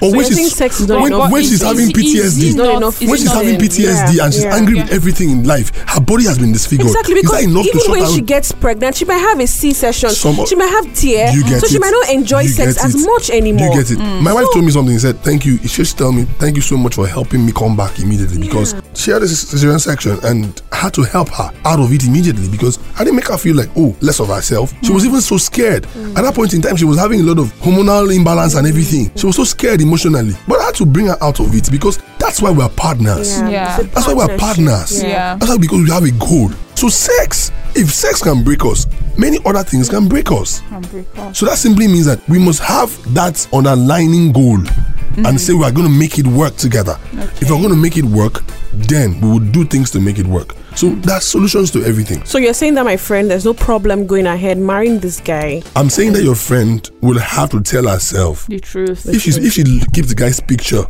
[SPEAKER 1] Or
[SPEAKER 3] you're saying sex is not
[SPEAKER 1] when,
[SPEAKER 3] enough?
[SPEAKER 1] when
[SPEAKER 2] Is-
[SPEAKER 1] she's
[SPEAKER 2] is-
[SPEAKER 1] having
[SPEAKER 2] is
[SPEAKER 1] PTSD,
[SPEAKER 2] it
[SPEAKER 3] It's not enough.
[SPEAKER 1] when
[SPEAKER 2] is it
[SPEAKER 3] It's
[SPEAKER 1] she's
[SPEAKER 2] not
[SPEAKER 1] having
[SPEAKER 2] enough?
[SPEAKER 1] PTSD
[SPEAKER 3] Yeah,
[SPEAKER 1] and she's
[SPEAKER 3] yeah.
[SPEAKER 1] angry
[SPEAKER 2] Yeah.
[SPEAKER 1] with everything in life, her body has been disfigured.
[SPEAKER 3] Exactly,
[SPEAKER 1] Is
[SPEAKER 3] because
[SPEAKER 1] that enough to
[SPEAKER 3] even
[SPEAKER 1] shut
[SPEAKER 3] when
[SPEAKER 1] down?
[SPEAKER 3] she gets pregnant, she might have a C session.
[SPEAKER 1] Some-
[SPEAKER 3] she might have tear,
[SPEAKER 1] You get
[SPEAKER 3] so she
[SPEAKER 1] it.
[SPEAKER 3] might not enjoy
[SPEAKER 1] You
[SPEAKER 3] sex
[SPEAKER 1] get
[SPEAKER 3] as
[SPEAKER 1] it.
[SPEAKER 3] much anymore. Mm.
[SPEAKER 1] You get it. My wife told me something. She said, "Thank you." She just tell me, "Thank you so much for helping me come back immediately," because she had a cesarean section and I had to help her out of it immediately because I didn't make her feel like oh less of herself. She
[SPEAKER 3] Mm.
[SPEAKER 1] was even so scared at that point in time. She was having a lot of hormonal imbalance and everything. She was so scared emotionally, but I had to bring her out of it because that's why we are partners.
[SPEAKER 2] Yeah.
[SPEAKER 3] It's a
[SPEAKER 1] That's why we're
[SPEAKER 3] partnership.
[SPEAKER 1] partners.
[SPEAKER 2] Yeah.
[SPEAKER 1] That's why because we have a goal. So sex, if sex can break us, many other things can break us.
[SPEAKER 2] Can break us.
[SPEAKER 1] So that simply means that we must have that underlining goal and say we are going to make it work together. If we're going to make it work, then we will do things to make it work. So there's solutions to everything.
[SPEAKER 3] So you're saying that my friend, there's no problem going ahead marrying this guy.
[SPEAKER 1] I'm saying that your friend will have to tell herself
[SPEAKER 2] The truth.
[SPEAKER 1] if she if she keeps the guy's picture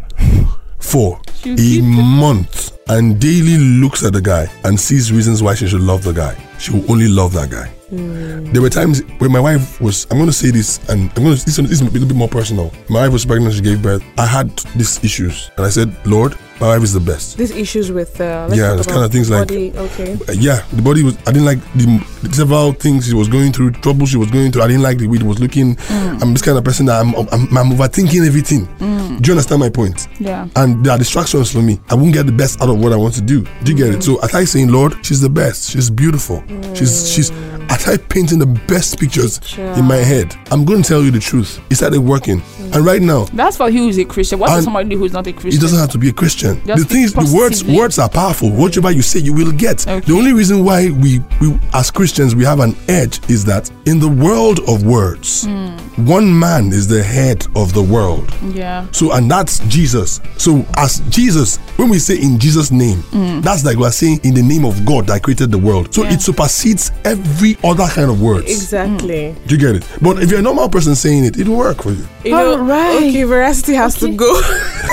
[SPEAKER 1] for
[SPEAKER 2] She'll
[SPEAKER 1] a
[SPEAKER 2] keep it.
[SPEAKER 1] month and daily looks at the guy and sees reasons why she should love the guy, she will only love that guy. There were times when my wife was. I'm going to say this, and I'm going to. This, one- this is a little bit more personal. My wife was pregnant. She gave birth. I had these issues, and I said, "Lord, my wife is the best."
[SPEAKER 3] These issues with uh, let's
[SPEAKER 1] Yeah,
[SPEAKER 3] talk
[SPEAKER 1] those
[SPEAKER 3] about
[SPEAKER 1] kind of things like-
[SPEAKER 3] body. okay.
[SPEAKER 1] Uh, yeah, the body was. I didn't like the, the several things she was going through, trouble she was going through. I didn't like the way it was looking. I'm this kind of person that I'm, I'm, I'm overthinking everything. Do you understand my point?
[SPEAKER 2] Yeah.
[SPEAKER 1] And there are distractions for me. I won't get the best out of what I want to do. Do you get it? So I started saying, Lord, she's the best. She's beautiful. She's she's. I started painting the best pictures in my head. I'm going to tell you the truth. It started working, and right now
[SPEAKER 2] That's for who is a Christian. What for
[SPEAKER 1] And
[SPEAKER 2] somebody who is not a
[SPEAKER 1] it
[SPEAKER 2] Christian?
[SPEAKER 1] doesn't have to be a Christian.
[SPEAKER 2] Just
[SPEAKER 1] the thing is, the words
[SPEAKER 2] positively.
[SPEAKER 1] words are powerful. Whatever you say, you will get.
[SPEAKER 2] Okay.
[SPEAKER 1] The only reason why we, we as Christians we have an edge is that in the world of words,
[SPEAKER 2] Hmm.
[SPEAKER 1] one man is the head of the world.
[SPEAKER 2] yeah.
[SPEAKER 1] So and that's Jesus. So as Jesus, when we say in Jesus' name, that's like we are saying in the name of God that created the world. So
[SPEAKER 2] Mm. Yeah.
[SPEAKER 1] it supersedes every other kind of words.
[SPEAKER 2] Mm.
[SPEAKER 3] Exactly.
[SPEAKER 1] Do you get it? But if you're a normal person saying it, it'll work for you.
[SPEAKER 3] You know,
[SPEAKER 2] Alright.
[SPEAKER 3] Okay, veracity has to go.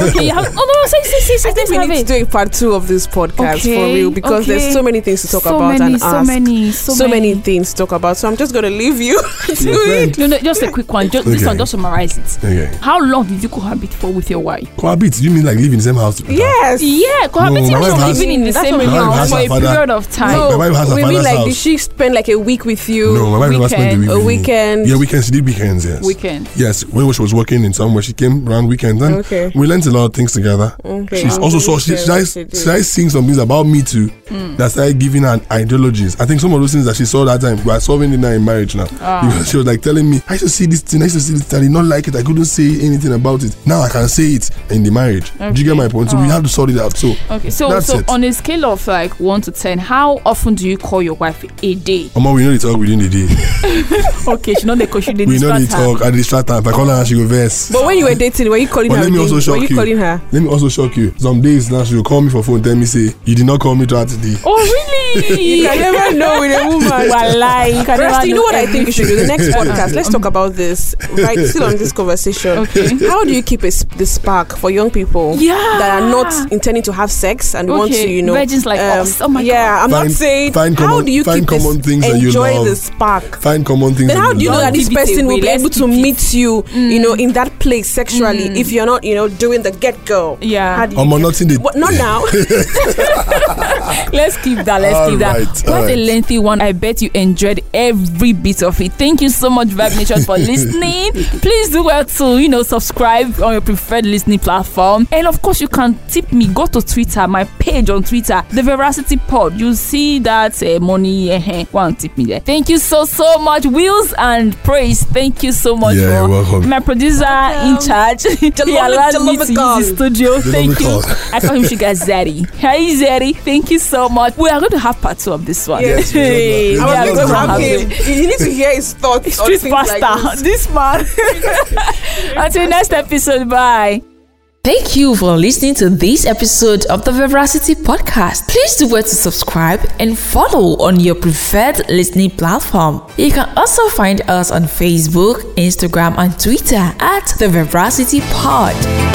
[SPEAKER 2] okay. You have, oh no! Say say say say.
[SPEAKER 3] I think we
[SPEAKER 2] have
[SPEAKER 3] need to
[SPEAKER 2] it.
[SPEAKER 3] do a part two of this podcast for
[SPEAKER 2] Okay,
[SPEAKER 3] real because
[SPEAKER 2] okay.
[SPEAKER 3] there's so many things to talk
[SPEAKER 2] So
[SPEAKER 3] about
[SPEAKER 2] many,
[SPEAKER 3] and
[SPEAKER 2] so
[SPEAKER 3] ask.
[SPEAKER 2] many, so
[SPEAKER 3] many.
[SPEAKER 2] many.
[SPEAKER 3] things to talk about. So I'm just gonna leave you to
[SPEAKER 1] Your
[SPEAKER 3] it.
[SPEAKER 1] friend.
[SPEAKER 2] No, no, just a quick one. Just this
[SPEAKER 1] Okay.
[SPEAKER 2] one, just summarize it.
[SPEAKER 1] Okay.
[SPEAKER 2] How long did you cohabit for with your wife?
[SPEAKER 1] Cohabit, you mean like live in the same house? with her?
[SPEAKER 3] Yes.
[SPEAKER 2] Yeah,
[SPEAKER 1] No,
[SPEAKER 2] cohabiting
[SPEAKER 1] my wife
[SPEAKER 2] no,
[SPEAKER 1] has-
[SPEAKER 2] living in the
[SPEAKER 3] That's
[SPEAKER 2] same
[SPEAKER 3] what my wife
[SPEAKER 1] has
[SPEAKER 2] house for
[SPEAKER 1] her
[SPEAKER 2] a
[SPEAKER 1] father.
[SPEAKER 2] period of time.
[SPEAKER 1] No. My wife has her
[SPEAKER 3] we mean
[SPEAKER 1] father's
[SPEAKER 3] like did
[SPEAKER 1] house.
[SPEAKER 3] she spend like a week with you?
[SPEAKER 1] No, my wife never spent the
[SPEAKER 2] Weekend,
[SPEAKER 1] week
[SPEAKER 3] a
[SPEAKER 1] with me.
[SPEAKER 3] weekend.
[SPEAKER 1] Yeah, weekends. She did weekends, yes.
[SPEAKER 2] Weekend.
[SPEAKER 1] Yes, when she was working in somewhere, she came around weekends and
[SPEAKER 3] Okay.
[SPEAKER 1] we learned a lot of things together.
[SPEAKER 3] Okay.
[SPEAKER 1] She's
[SPEAKER 3] Wow.
[SPEAKER 1] also saw, she,
[SPEAKER 3] Weekend,
[SPEAKER 1] she, likes-
[SPEAKER 3] she did.
[SPEAKER 1] she likes seeing some things about me too
[SPEAKER 2] Hmm.
[SPEAKER 1] that started giving her ideologies. I think some of those things that she saw that time, we are solving it now in marriage now.
[SPEAKER 2] Ah.
[SPEAKER 1] Because she was like telling me, I used to see this thing, I used to see this thing, I did not like it, I couldn't say anything about it. Now I can say it in the marriage. Do you get my point? So we have to sort it out. So
[SPEAKER 2] Ah. Okay, so
[SPEAKER 1] That's
[SPEAKER 2] so
[SPEAKER 1] it.
[SPEAKER 2] on a scale of like one to ten, how often do you call your wife a day?
[SPEAKER 1] Omo, we know they talk within the day.
[SPEAKER 2] Okay, she know they call she did
[SPEAKER 1] we
[SPEAKER 2] this
[SPEAKER 1] know they talk. I distract her. If I call her, she go verse.
[SPEAKER 3] But when you were dating, were you calling
[SPEAKER 1] But
[SPEAKER 3] her?
[SPEAKER 1] let me
[SPEAKER 3] again?
[SPEAKER 1] also
[SPEAKER 3] were
[SPEAKER 1] shock you.
[SPEAKER 3] you calling her?
[SPEAKER 1] Let me also shock you. Some days now she will call me for phone, tell me say you did not call me throughout the day.
[SPEAKER 2] Oh really?
[SPEAKER 3] You can never know with a woman.
[SPEAKER 2] Walai, you can never
[SPEAKER 3] Rest, you know what I
[SPEAKER 2] everything.
[SPEAKER 3] think we should do? The next podcast, let's talk about this. Right, still on this conversation.
[SPEAKER 2] Okay.
[SPEAKER 3] How do you keep a, sp- the spark for young people
[SPEAKER 2] Yeah.
[SPEAKER 3] that are not intending to have sex and want
[SPEAKER 2] Okay,
[SPEAKER 3] to, you know, um,
[SPEAKER 2] virgins like us. Oh my
[SPEAKER 3] yeah, I'm
[SPEAKER 1] Find-
[SPEAKER 3] not saying.
[SPEAKER 1] find
[SPEAKER 3] how
[SPEAKER 1] common-
[SPEAKER 3] do you
[SPEAKER 1] find
[SPEAKER 3] keep
[SPEAKER 1] common
[SPEAKER 3] this,
[SPEAKER 1] things that you
[SPEAKER 3] enjoy
[SPEAKER 1] love. Mm.
[SPEAKER 3] the spark?
[SPEAKER 1] Find common things.
[SPEAKER 3] Then
[SPEAKER 1] that
[SPEAKER 3] how do you know
[SPEAKER 1] love.
[SPEAKER 3] that this
[SPEAKER 2] Keep it
[SPEAKER 3] person will be
[SPEAKER 2] away, let's
[SPEAKER 3] able to
[SPEAKER 2] keep it.
[SPEAKER 3] meet you, you
[SPEAKER 2] Mm.
[SPEAKER 3] know, in that place sexually if you're not, you know, doing the get go?
[SPEAKER 2] Yeah.
[SPEAKER 3] How do you
[SPEAKER 1] Omo,
[SPEAKER 3] get-
[SPEAKER 1] nothing dey-
[SPEAKER 3] What, not now.
[SPEAKER 2] Let's keep that. Let's keep that.
[SPEAKER 1] Alright,
[SPEAKER 2] What
[SPEAKER 1] alright.
[SPEAKER 2] a lengthy one. I bet you enjoyed every bit of it. Thank you so much, Vibe Nation, for listening. Please do well to, you know, subscribe on your preferred listening platform. And of course, you can tip me. Go to Twitter, my page on Twitter, The Veracity Pod. You'll see that uh, money. eh, eh, Go and tip me there. Thank you so, so much. Wheels and praise. Thank you so much.
[SPEAKER 1] Yeah,
[SPEAKER 2] for
[SPEAKER 1] you're welcome.
[SPEAKER 2] My producer in charge. he allowed me to
[SPEAKER 3] Jalomical.
[SPEAKER 2] use the studio. Thank you.
[SPEAKER 1] Jalomical.
[SPEAKER 2] I call him Sugar Zeddy. Hey Zeddy, thank you so much. We are going to have part two of this one.
[SPEAKER 1] Yes, we will.
[SPEAKER 2] Hey,
[SPEAKER 1] We
[SPEAKER 2] we
[SPEAKER 1] will.
[SPEAKER 2] are
[SPEAKER 1] Yeah,
[SPEAKER 3] I'm
[SPEAKER 2] going
[SPEAKER 3] going
[SPEAKER 1] that's
[SPEAKER 2] to
[SPEAKER 3] to
[SPEAKER 1] what
[SPEAKER 2] have
[SPEAKER 3] have
[SPEAKER 1] happened.
[SPEAKER 3] him.
[SPEAKER 2] it.
[SPEAKER 3] You need to hear his thoughts. on
[SPEAKER 2] Street
[SPEAKER 3] things like
[SPEAKER 2] pastor,
[SPEAKER 3] this.
[SPEAKER 2] this man. Until next episode, bye.
[SPEAKER 5] Thank you for listening to this episode of the Veracity Podcast. Please do well to subscribe and follow on your preferred listening platform. You can also find us on Facebook, Instagram, and Twitter at the Veracity Pod.